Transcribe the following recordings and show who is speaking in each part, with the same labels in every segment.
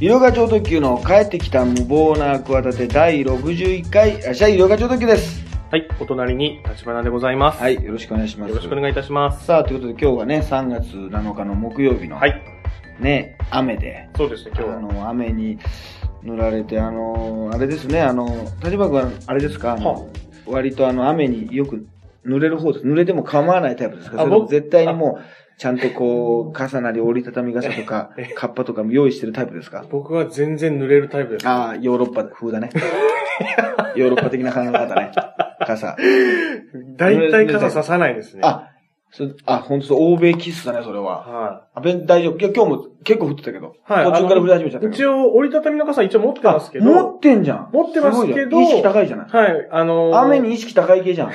Speaker 1: 医療課長特急の帰ってきた無謀な企て第61回、あ、じゃあ医療課長特急です。
Speaker 2: はい、お隣に立花でございます。
Speaker 1: はい、よろしくお願いします。
Speaker 2: よろしくお願いいたします。
Speaker 1: さあ、ということで今日はね、3月7日の木曜日の、
Speaker 2: はい、
Speaker 1: ね、雨で、
Speaker 2: そうですね、
Speaker 1: あ
Speaker 2: 今日は。
Speaker 1: の、雨に塗られて、あの、あれですね、あの、立場君はあれですか、あの
Speaker 2: は
Speaker 1: 割とあの、雨によく濡れる方です。濡れても構わないタイプですか
Speaker 2: あ
Speaker 1: それとも
Speaker 2: 僕
Speaker 1: 絶対にもう、ちゃんとこう、傘なり折りたたみ傘と か、カッパとかも用意してるタイプですか
Speaker 2: 僕は全然濡れるタイプです。
Speaker 1: ああ、ヨーロッパ風 だね。ヨーロッパ的な考え方ね。傘。
Speaker 2: 大体傘ささないですね。
Speaker 1: あ、そあ、本当そう、欧米キッスだね、それは。
Speaker 2: は
Speaker 1: あ、べん大丈夫。いや、今日も結構降ってたけど。
Speaker 2: い。はい。
Speaker 1: 途中から降り始めちゃ
Speaker 2: あ
Speaker 1: っ
Speaker 2: の
Speaker 1: たけ
Speaker 2: 一
Speaker 1: ど。
Speaker 2: 応、折りたたみの傘一応持ってますけど。
Speaker 1: あ持ってんじゃん。
Speaker 2: 持ってますけど
Speaker 1: ごいじゃん意識高いじゃない。
Speaker 2: はい、あのー
Speaker 1: 雨に意識高い系 じゃん。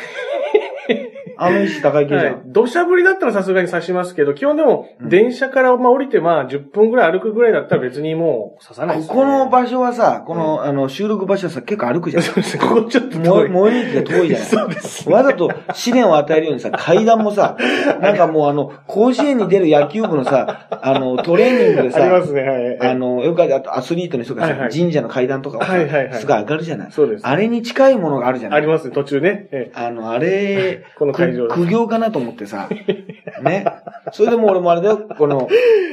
Speaker 1: 雨意識高い系じ
Speaker 2: は
Speaker 1: ゃ
Speaker 2: い
Speaker 1: ん。。
Speaker 2: 土砂降りだったらさすがに差しますけど、基本でも
Speaker 1: う、ん
Speaker 2: 電車からまあ降りてまあ10分ぐらい歩くぐらいだったら別にもう刺さないです、
Speaker 1: こ
Speaker 2: ね。
Speaker 1: この場所はさ、この、あの、収録場所はさ、結構歩くじゃん。
Speaker 2: そうですね、ここちょっと
Speaker 1: も
Speaker 2: 遠い。
Speaker 1: う、最寄り駅が 遠いじゃない。
Speaker 2: そうですね
Speaker 1: わざと試練を与えるようにさ、階段もさ、なんかもうあの、甲子園に出る野球部のさ、あの、トレーニングで
Speaker 2: ありま
Speaker 1: さ、
Speaker 2: すね、はい。
Speaker 1: あの、よくあるあとアスリートの人が
Speaker 2: はいは
Speaker 1: さ、
Speaker 2: い
Speaker 1: 神社の階段とかを
Speaker 2: はいはいは
Speaker 1: さ、
Speaker 2: い
Speaker 1: すごい上がるじゃない。
Speaker 2: そうです。
Speaker 1: あれに近いものがあるじゃな
Speaker 2: あり
Speaker 1: い。
Speaker 2: ますね、途中ね。え
Speaker 1: あの、あれ、
Speaker 2: この会場
Speaker 1: く苦行かなと思ってさ、ね。それでもう俺もあれだよ、この、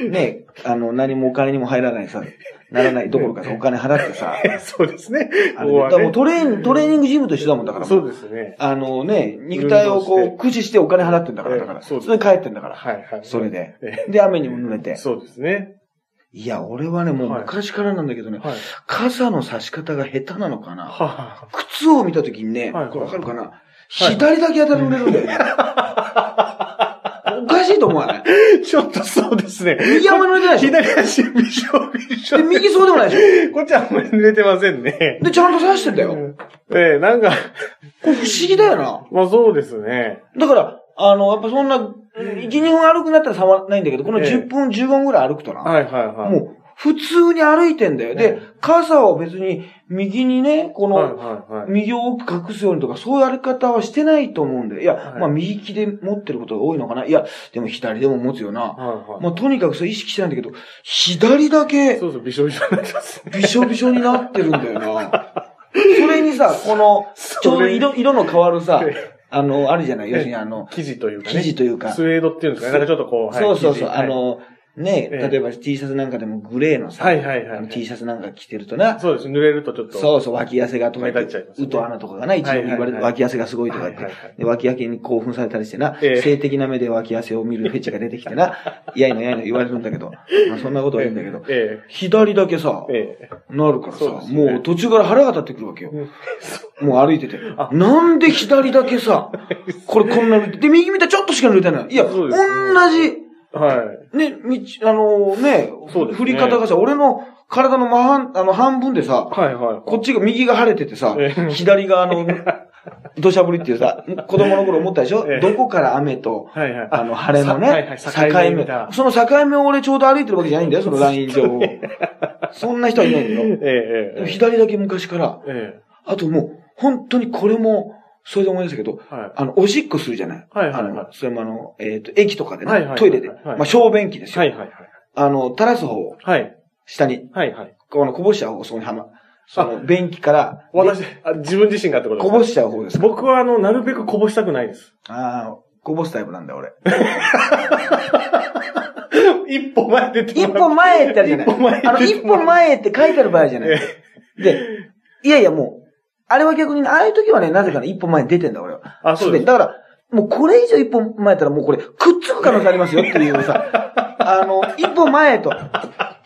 Speaker 1: ね、あの、何もお金にも入らないさ、ならないどころかさ、お金払ってさ、
Speaker 2: え そうですね。
Speaker 1: あ
Speaker 2: こ
Speaker 1: れ
Speaker 2: こ
Speaker 1: でだ
Speaker 2: は
Speaker 1: からもう
Speaker 2: ね
Speaker 1: トレーニング、トレーニングジムと一緒だもんだから。
Speaker 2: そうですね。
Speaker 1: あのね、肉体をこ
Speaker 2: 運動し
Speaker 1: う、
Speaker 2: て
Speaker 1: 駆使してお金払ってんだから、
Speaker 2: ええ
Speaker 1: だから。
Speaker 2: そうです
Speaker 1: れで帰ってんだから。
Speaker 2: はいはい。
Speaker 1: それで
Speaker 2: え
Speaker 1: で、雨にも濡れて。
Speaker 2: そうですね。
Speaker 1: いや、俺はね、もう
Speaker 2: はい
Speaker 1: 昔からなんだけどね、
Speaker 2: はい。
Speaker 1: 傘の差し方が下手なのかな。
Speaker 2: は
Speaker 1: 靴を見たときにね、
Speaker 2: はいはい
Speaker 1: これわかるかな
Speaker 2: はい
Speaker 1: 左だけ当たり売れるんだよ ね。おかしいと思わない
Speaker 2: い。ちょっとそうですね。
Speaker 1: 右あんま濡れてないでしょ
Speaker 2: 左足びしょびしょ
Speaker 1: で、。右そうでもないでし
Speaker 2: こっちはあんまり濡れてませんね
Speaker 1: ょ。で、ちゃんと差してんだよ。
Speaker 2: ええ、なんか、
Speaker 1: これ不思議だよな。
Speaker 2: まあそうですね。
Speaker 1: だから、あの、やっぱそんな、1、2分歩くなったら差はないんだけど、この
Speaker 2: ええ
Speaker 1: 10分、15分ぐらい歩くとな。
Speaker 2: はいはいはい。
Speaker 1: もう、普通に歩いてんだよ。で
Speaker 2: う、
Speaker 1: 傘を別に、右にね、こ
Speaker 2: はい
Speaker 1: の、
Speaker 2: はいはい。
Speaker 1: 右を奥隠すようにとか、そういうやり方はしてないと思うんだよ。いや、
Speaker 2: はい
Speaker 1: まあ、右利きで持ってることが多いのかな。いや、でも左でも持つよな。
Speaker 2: はいはい。
Speaker 1: まあ、とにかくそう意識してないんだけど、左だけ、
Speaker 2: そうそう、びしょびしょになってますね。
Speaker 1: びしょびしょになってるんだよな。それにさ、この、ちょうど色、色の変わるさ、あの、あるじゃない。要するにあの、
Speaker 2: 生地というか
Speaker 1: 生
Speaker 2: ね。
Speaker 1: 地というか。
Speaker 2: スウェードっていうんですかね。なんかちょっとこう、はい
Speaker 1: そうそうそう、
Speaker 2: 生
Speaker 1: あ
Speaker 2: 地
Speaker 1: の、ね、
Speaker 2: ええ
Speaker 1: 例えば T シャツなんかでもグレーのさ、
Speaker 2: はいはいはいはい
Speaker 1: あの T シャツなんか着てるとな、
Speaker 2: そうです。濡れるとちょっと。
Speaker 1: そうそう、脇汗がとか言
Speaker 2: 目立っちゃいますね
Speaker 1: うと穴とかがな、一度言われ
Speaker 2: はいはい
Speaker 1: て、
Speaker 2: はい
Speaker 1: 脇汗がすごいとか言って、
Speaker 2: はいはいはい
Speaker 1: で脇汗に興奮されたりしてな、
Speaker 2: ええ
Speaker 1: 性的な目で脇汗を見るフェチが出てきて な、いやいのやいの言われるんだけど、まあ、そんなことは言うんだけど、
Speaker 2: え
Speaker 1: 左だけさ
Speaker 2: え。、ええ。
Speaker 1: なるからさ、
Speaker 2: そうですね
Speaker 1: もう途中から腹が立ってくるわけよ。
Speaker 2: うん
Speaker 1: もう歩いてて
Speaker 2: あ。
Speaker 1: なんで左だけ さ、これこんなに、で、右見たらちょっとしか濡れてない。いや、
Speaker 2: そ
Speaker 1: 同
Speaker 2: うですね
Speaker 1: じ、
Speaker 2: はい。
Speaker 1: ね、道、あのね、
Speaker 2: そうです
Speaker 1: 振
Speaker 2: ね
Speaker 1: り方がさ、俺の体の真半、あの、半分でさ、
Speaker 2: はいはい。
Speaker 1: こっちが、右が晴れててさ
Speaker 2: え、え
Speaker 1: 左があ の、土砂降りっていうさ、子供の頃思ったでしょ
Speaker 2: ええ
Speaker 1: どこから雨と、
Speaker 2: はいはい。
Speaker 1: あの、晴れの
Speaker 2: さはいは
Speaker 1: ね
Speaker 2: い、
Speaker 1: 境
Speaker 2: 境
Speaker 1: 目
Speaker 2: 目だ。
Speaker 1: その境目を俺ちょうど歩いてるわけじゃないんだよ、そのライ ン上を。そんな人はいないんだ
Speaker 2: ええ
Speaker 1: よ。でも
Speaker 2: ええ。
Speaker 1: 左だけ昔から、
Speaker 2: え
Speaker 1: あともう、本当にこれも、それで思い出したけど、
Speaker 2: え。はい。
Speaker 1: あの、おしっこするじゃない
Speaker 2: はいはいはい
Speaker 1: あの、それもあの、えっ、と、駅とかでね、
Speaker 2: はいはいはい
Speaker 1: トイレで。
Speaker 2: はい
Speaker 1: まあ、小便器ですよ。
Speaker 2: はいはい
Speaker 1: あの、垂らす方を、
Speaker 2: はい。はい。
Speaker 1: 下に、
Speaker 2: はいはい。
Speaker 1: このこぼしちゃう方をそこにはま、その、便器から、
Speaker 2: 私、あ自分自身がってこと
Speaker 1: こぼしちゃう方です。
Speaker 2: 僕は、あの、なるべくこぼしたくないです。
Speaker 1: ああ、こぼすタイプなんだよ、俺。
Speaker 2: 一歩前出て
Speaker 1: 一歩前ってあるじゃない
Speaker 2: 一歩前
Speaker 1: あの、一歩前って書いてある場合じゃない。で、いやいや、もう、あれは逆にね、ああいう時はね、なぜかね、一歩前に出てんだ、俺は。
Speaker 2: あ、そう
Speaker 1: で
Speaker 2: ですす。
Speaker 1: だから、もうこれ以上一歩前やったらもうこれ、くっつく可能性ありますよっていう さ、あの、一歩前と、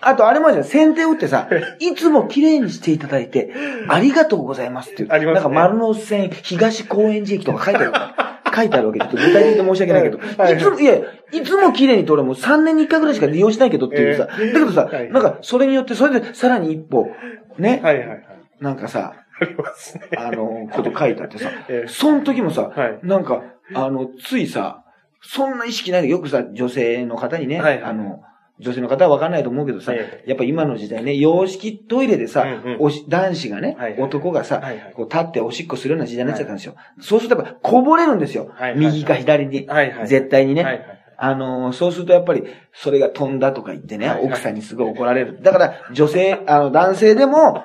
Speaker 1: あとあれもあるじゃん、先手打って さ、いつも綺麗にしていただいて、ありがとうございますっていう。
Speaker 2: ありますね
Speaker 1: なんか丸の内線東高円寺駅とか書いてある から書いてあるわけで、具体的で申し訳ないけど、
Speaker 2: はい
Speaker 1: いつも、いや、いつも綺麗にと俺もう3年に1回ぐらいしか利用しないけどっていうさ、だ
Speaker 2: ええ
Speaker 1: けどさ
Speaker 2: は、い
Speaker 1: なんかそれによって、それでさらに一歩、ね、
Speaker 2: はいはいはい。
Speaker 1: なんかさ、
Speaker 2: ありますね。
Speaker 1: あの、こと書いてあってさ、
Speaker 2: え
Speaker 1: その時もさ、
Speaker 2: はい
Speaker 1: なんか、あの、ついさ、そんな意識ないで、よくさ、女性の方にね、
Speaker 2: はいはい
Speaker 1: あの、女性の方はわかんないと思うけどさ、
Speaker 2: え
Speaker 1: やっぱ今の時代ね、洋式トイレでさ、
Speaker 2: うんうん
Speaker 1: おし男子がね、
Speaker 2: はいはい
Speaker 1: 男がさ、
Speaker 2: はいはい
Speaker 1: こう立っておしっこするような時代になっちゃったんですよ。そうするとやっぱこぼれるんですよ。
Speaker 2: はいはい
Speaker 1: 右か左に、
Speaker 2: え。はいはい。
Speaker 1: 絶対にね、
Speaker 2: はいはい。
Speaker 1: あのーそうするとやっぱり、それが飛んだとか言ってね、
Speaker 2: はいはい
Speaker 1: 奥さんにすごい怒られる。だから、女性、あの、男性でも、も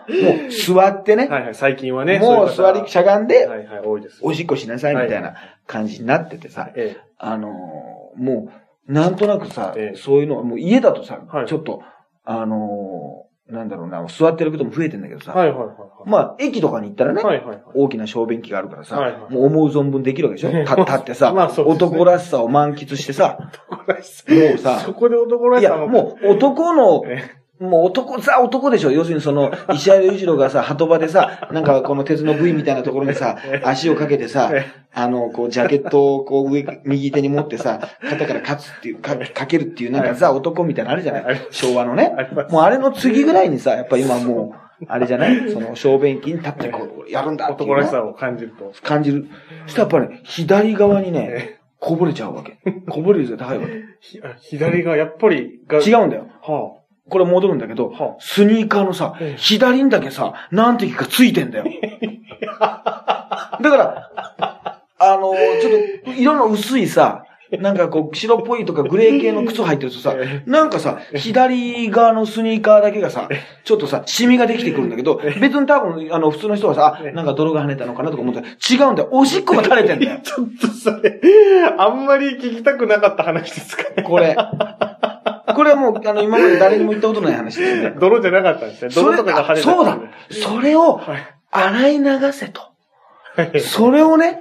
Speaker 1: う座ってね、
Speaker 2: はいはい、最近はね。
Speaker 1: もう
Speaker 2: そうい
Speaker 1: 座
Speaker 2: う方
Speaker 1: りしゃがんで、
Speaker 2: はいはい、多いです。
Speaker 1: おしっこしなさいみたいな感じになっててさ、
Speaker 2: え
Speaker 1: あのーもう、なんとなくさ、
Speaker 2: ええ
Speaker 1: そういうの、もう家だとさ、
Speaker 2: はい
Speaker 1: ちょっと、あのーなんだろうな、座ってることも増えてんだけど
Speaker 2: え。
Speaker 1: さ、
Speaker 2: はいはいはい。
Speaker 1: まあ、駅とかに行ったらね、
Speaker 2: はいはいはい。
Speaker 1: 大きな小便器があるからさ、
Speaker 2: はいはい
Speaker 1: もう思う存分できるわけでし ょ立立ってさ、
Speaker 2: まあそうですね
Speaker 1: 男らしさを満喫して さ、
Speaker 2: 男らしさ
Speaker 1: もうさ
Speaker 2: そこで男ら
Speaker 1: い
Speaker 2: しさ
Speaker 1: や、
Speaker 2: の
Speaker 1: もう男の、
Speaker 2: え
Speaker 1: もう男、ザ男でしょ要するにそ の、石原裕次郎がさ、鳩場でさ、なんかこの鉄の部位みたいなところにさ、足をかけてさ
Speaker 2: え、
Speaker 1: あの、こう、ジャケットをこう、上、右手に持ってさ、肩から勝つっていう、か、かけるっていう、なんかザ男みたいなのあるじゃな
Speaker 2: はい
Speaker 1: い昭和のね
Speaker 2: ありま。す
Speaker 1: もうあれの次ぐらいにさ、やっぱ今もう、あれじゃないその、小便器に立ってこう、やるんだっていう
Speaker 2: 男
Speaker 1: ね、
Speaker 2: らしさを感じると。
Speaker 1: 感じる。そしたらやっぱり、ね、左側に
Speaker 2: え
Speaker 1: ね、こぼれちゃうわけ。こぼれ率が高いわけ。
Speaker 2: ひあ左がやっぱりが、
Speaker 1: 違うんだよ。
Speaker 2: は
Speaker 1: これ戻るんだけど、
Speaker 2: はあ
Speaker 1: スニーカーのさ
Speaker 2: え、え
Speaker 1: 左にだけさ、何滴かついてんだよ。だから、あのーちょっと、色の薄いさ、なんかこう、白っぽいとかグレー系の靴履いてるとさ
Speaker 2: え、
Speaker 1: なんかさ、左側のスニーカーだけがさ、ちょっとさ、シミができてくるんだけど、別に多分、あの、普通の人はさ、あなんか泥が跳ねたのかなとか思ったら、違うんだよ。おしっこが垂れてんだよ
Speaker 2: あ。。 ちょっとそれ、あんまり聞きたくなかった話ですかね。
Speaker 1: これ。これはもう、あの、今まで誰にも言ったことない話ですね。
Speaker 2: 泥じゃなかったんですね。
Speaker 1: そ
Speaker 2: 泥
Speaker 1: れ
Speaker 2: とかが跳
Speaker 1: あ
Speaker 2: ね
Speaker 1: そうだそれを
Speaker 2: はい
Speaker 1: 洗い流せと。
Speaker 2: はい
Speaker 1: それをね、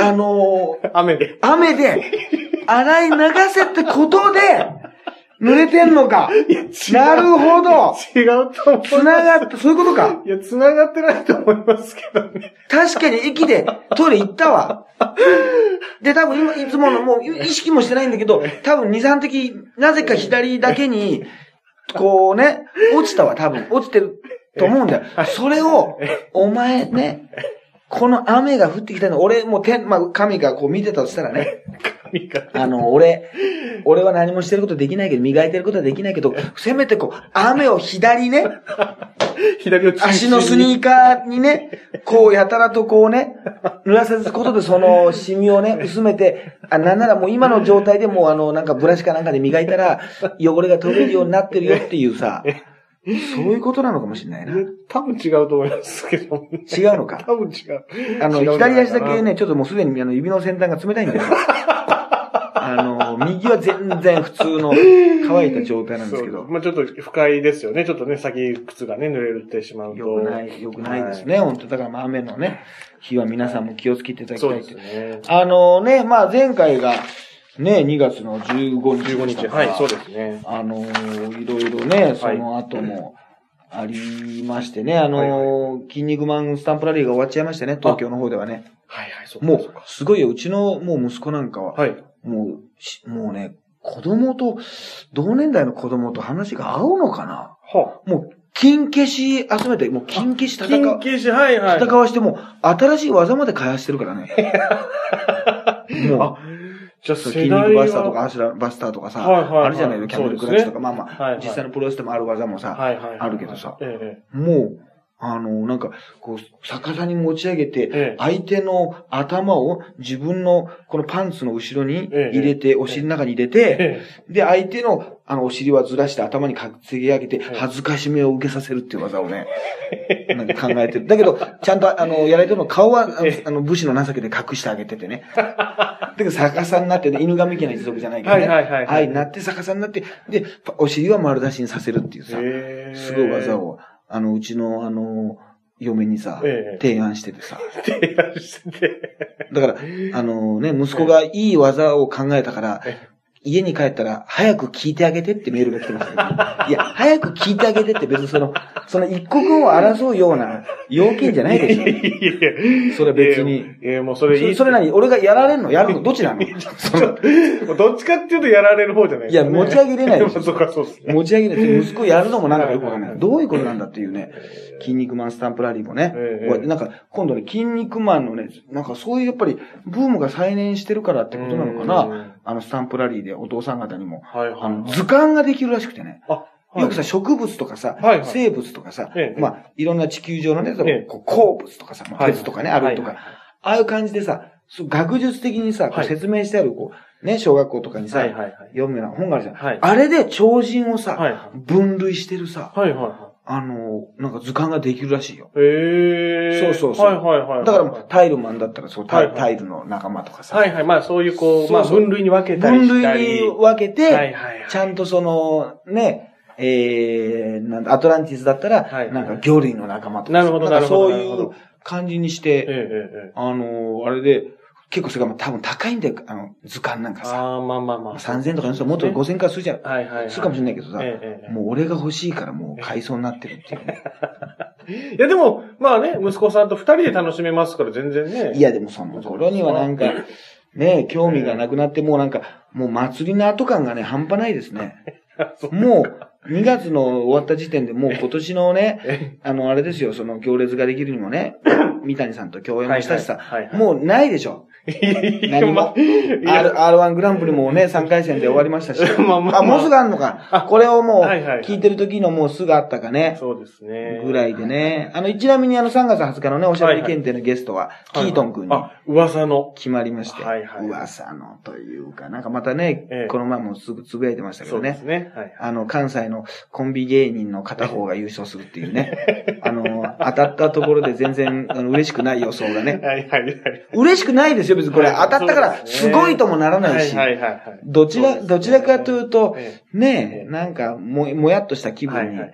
Speaker 1: あのー
Speaker 2: 雨で。
Speaker 1: 雨で洗い流せってことで、濡れてんのか。なるほど。
Speaker 2: 違うと思う。
Speaker 1: 繋がった、そういうことか。
Speaker 2: いや、繋がってないと思いますけどね。
Speaker 1: 確かに駅でトイレ行ったわ。で、多分今、いつものもう意識もしてないんだけど、多分2、3滴、なぜか左だけに、こうね、落ちたわ、多分。落ちてると思うんだよ。それを、お前ね、この雨が降ってきたの、俺もう天、まあ、神がこう見てたとしたらね、
Speaker 2: 何か。
Speaker 1: あの、俺、俺は何もしてることできないけど、磨いてることはできないけど、せめてこう、雨を左ね、
Speaker 2: 左を中心
Speaker 1: 足
Speaker 2: に
Speaker 1: のスニーカーにね、こうやたらとこうね、濡らさすことでそのシミをね、薄めて、あ、なんならもう今の状態でもうあの、なんかブラシかなんかで磨いたら、汚れが取れるようになってるよっていうさ、そういうことなのかもしれないな。違う
Speaker 2: いや多分違うと思いますけどもね。
Speaker 1: のか。
Speaker 2: 多分違う。
Speaker 1: あの、
Speaker 2: 違うんじゃ
Speaker 1: 左
Speaker 2: ない
Speaker 1: 足
Speaker 2: か
Speaker 1: だ
Speaker 2: な
Speaker 1: け。ね、ちょっともうすでにあの指の先端が冷たいんですよ。あの、右は全然普通の乾いた状態なんで
Speaker 2: そ
Speaker 1: す
Speaker 2: う
Speaker 1: けど。
Speaker 2: まあちょっと不快ですよね。ちょっとね、先靴がね、濡れてしまうと。
Speaker 1: よくない、よくないですね。本当だからまあ雨のね、日は皆さんも気をつけていた
Speaker 2: は
Speaker 1: だ
Speaker 2: い。
Speaker 1: きた
Speaker 2: そう
Speaker 1: い
Speaker 2: で
Speaker 1: と
Speaker 2: すね。
Speaker 1: あのね、まあ前回がね、2月の15日
Speaker 2: 15
Speaker 1: でし
Speaker 2: 日。
Speaker 1: たか
Speaker 2: は
Speaker 1: ら。
Speaker 2: い、そうですね。
Speaker 1: あのーいろいろね、その後もありましてね、あのー筋肉マンスタンプラリーが終わっちゃいましたね、東京の方ではね。
Speaker 2: はいはい、そうか
Speaker 1: も
Speaker 2: そう
Speaker 1: う
Speaker 2: か、
Speaker 1: すごいよ、うちのもう息子なんかは、
Speaker 2: はい。
Speaker 1: もうし、もうね、子供と、同年代の子供と話が合うのかな
Speaker 2: は
Speaker 1: もう、金消し集めて、もう金消し
Speaker 2: あ。
Speaker 1: 戦
Speaker 2: 緊
Speaker 1: う。
Speaker 2: 急し、はいはい。
Speaker 1: 戦わしてもう、新しい技まで開発してるから ね。もう
Speaker 2: あ、じ
Speaker 1: そ
Speaker 2: ゃあ
Speaker 1: う
Speaker 2: 世
Speaker 1: 筋
Speaker 2: 代
Speaker 1: 肉
Speaker 2: は
Speaker 1: バスターとか、アシュラバスターとかさ、
Speaker 2: はいはいはい
Speaker 1: あるじゃないの、キャンベルクラッチとか、まあまあ、
Speaker 2: はいはい
Speaker 1: 実際のプロレスでもある技もさ、
Speaker 2: はいはいはい。
Speaker 1: あるけどさ
Speaker 2: ええ。
Speaker 1: もう、あの、なんか、こう、逆さに持ち上げて、
Speaker 2: ええ
Speaker 1: 相手の頭を自分の、このパンツの後ろに入れて、お尻の中に入れて、
Speaker 2: ええ。
Speaker 1: で、相手の、あの、お尻はずらして頭にかつげ上げて、
Speaker 2: え
Speaker 1: 恥ずかしめを受けさせるっていう技をね、 なんか考えてる。だけど、ちゃんと、あの、やられてるの顔は、あの
Speaker 2: ええ
Speaker 1: あの、武士の情けで隠してあげててね。だけど、逆さになってね、犬神家の一族じゃないけどね。
Speaker 2: はいはいはい
Speaker 1: は
Speaker 2: はい
Speaker 1: い、なって逆さになって、で、パお尻は丸出しにさせるっていうさ、
Speaker 2: ええ
Speaker 1: すごい技。 を、あの、うちの、あの、嫁にさ、
Speaker 2: ええ
Speaker 1: 提案しててさ。
Speaker 2: 提案してて。
Speaker 1: だから、あのね、息子がいい技を考えたから
Speaker 2: え、
Speaker 1: 家に帰ったら、早く聞いてあげてってメールが来て ましたけど、いや、早く聞いてあげてって別にその、その一刻を争うような要件じゃないでしょ。
Speaker 2: いやいや
Speaker 1: それ別に
Speaker 2: ええ、もうそれいい。
Speaker 1: そそれ何俺がやられんのやるのどっちなのその
Speaker 2: もうどっちかっていうとやられる方じゃない
Speaker 1: いや、持ち上げれないでしょ
Speaker 2: そうか、そうですね。
Speaker 1: 持ち上げない息子やるのもなんかよくわかんな。
Speaker 2: はいい
Speaker 1: どういうことなんだっていうね。筋肉マンスタンプラリーもね。
Speaker 2: ええ
Speaker 1: 終わってなんか、今度ね、筋肉マンのね、なんかそういうやっぱり、ブームが再燃してるからってことなのか
Speaker 2: うん
Speaker 1: な。あの、スタンプラリーでお父さん方にも。
Speaker 2: はいはい。
Speaker 1: あの、図鑑ができるらしくてね。
Speaker 2: あ、はい
Speaker 1: よくさ、植物とかさ、
Speaker 2: はいはい
Speaker 1: 生物とかさ、
Speaker 2: ええ
Speaker 1: まあ、いろんな地球上のね、
Speaker 2: ええ
Speaker 1: こう鉱物とかさ、まあ
Speaker 2: はい
Speaker 1: 鉄とかね、あるとか、
Speaker 2: はい
Speaker 1: ああいう感じでさ、そう学術的にさ、こう
Speaker 2: はい
Speaker 1: 説明してある、こう、ね、小学校とかにさ、
Speaker 2: はいはいはい。
Speaker 1: 読むような本があるじゃん。
Speaker 2: はい。
Speaker 1: あれで超人をさ、
Speaker 2: はいは
Speaker 1: 分類してるさ、
Speaker 2: い。はいは
Speaker 1: あの、なんか図鑑ができるらしいよ。
Speaker 2: い。へえ。
Speaker 1: そうそうそう
Speaker 2: はいはいはいはい。
Speaker 1: だからもうタイルマンだったらそう、タ
Speaker 2: は
Speaker 1: イ
Speaker 2: いはい
Speaker 1: タイルの仲間とかさ、
Speaker 2: はいはい。まあそういうこう、
Speaker 1: そうそう
Speaker 2: まあ分類に分けたり
Speaker 1: 分
Speaker 2: したり。
Speaker 1: 類に分けて、
Speaker 2: はいはいはい。
Speaker 1: ちゃんとその、ね、えー、なんだ、アトランティスだったら、
Speaker 2: はい
Speaker 1: なんか魚類の仲間とかさ、
Speaker 2: なるほど
Speaker 1: んかそう
Speaker 2: なるほど
Speaker 1: い
Speaker 2: なる
Speaker 1: う
Speaker 2: ほ
Speaker 1: 感じにし
Speaker 2: ええ
Speaker 1: て、
Speaker 2: ええ。
Speaker 1: あのーあれで、結構それがもう多分高いんだよ、あの、図鑑なんかさ。
Speaker 2: ああ、まあまあまあ。
Speaker 1: 3000とか4000、もっと
Speaker 2: ね
Speaker 1: 5000からするじゃん。
Speaker 2: はいはいはい。
Speaker 1: するかもしれないけどさ、
Speaker 2: ええええ
Speaker 1: もう俺が欲しいからもう買いそうになってるっていうね。
Speaker 2: いやでも、まあね、息子さんと二人で楽しめますから全然ね。
Speaker 1: いやでもその頃にはなんか、ね興味がなくなってもうなんか、もう祭りの後感がね、半端ないですね。 もう、2月の終わった時点でもう今年のね、
Speaker 2: え
Speaker 1: あの、あれですよ、その行列ができるにも ね、三谷さんと共演もしたしさ、
Speaker 2: はいはいはいはい
Speaker 1: もうないでしょ。
Speaker 2: え。
Speaker 1: 何も
Speaker 2: まあ いや
Speaker 1: R- R1 グランプリもね、3回戦で終わりましたし。
Speaker 2: まあまあま
Speaker 1: も
Speaker 2: あ
Speaker 1: うすぐあんのか。これをもう、
Speaker 2: はいはい
Speaker 1: 聞いてる時のもうすぐあったかね。
Speaker 2: そうですね。
Speaker 1: ぐらいでね。あの、ちなみにあの3月20日のね、おしゃべり検定のゲストは、キ
Speaker 2: はいはい。
Speaker 1: ートン君に
Speaker 2: あ、噂の。
Speaker 1: 決まりまして、
Speaker 2: はいはい
Speaker 1: 噂のというか、なんかまたね、
Speaker 2: ええ
Speaker 1: この前もすぐつぶやいてましたけ
Speaker 2: そ
Speaker 1: ど
Speaker 2: うです
Speaker 1: ね。
Speaker 2: ね。はいはい。
Speaker 1: あの、関西のコンビ芸人の片方が優勝するっていう ね。あの、当たったところで全然、あの、嬉しくない予想が ね。
Speaker 2: はいはいはい。
Speaker 1: 嬉しくないですよ、別にこれ。
Speaker 2: は
Speaker 1: 当
Speaker 2: い
Speaker 1: たったか
Speaker 2: そう
Speaker 1: ら、
Speaker 2: です
Speaker 1: す
Speaker 2: ね
Speaker 1: ごいともならないし。
Speaker 2: はいはいはいはい。
Speaker 1: どち
Speaker 2: そう
Speaker 1: ら、
Speaker 2: ですね
Speaker 1: どちらかというと、
Speaker 2: え
Speaker 1: ね
Speaker 2: ええ
Speaker 1: え、なんか、も、もやっとした気
Speaker 2: えはい
Speaker 1: 分に
Speaker 2: はい。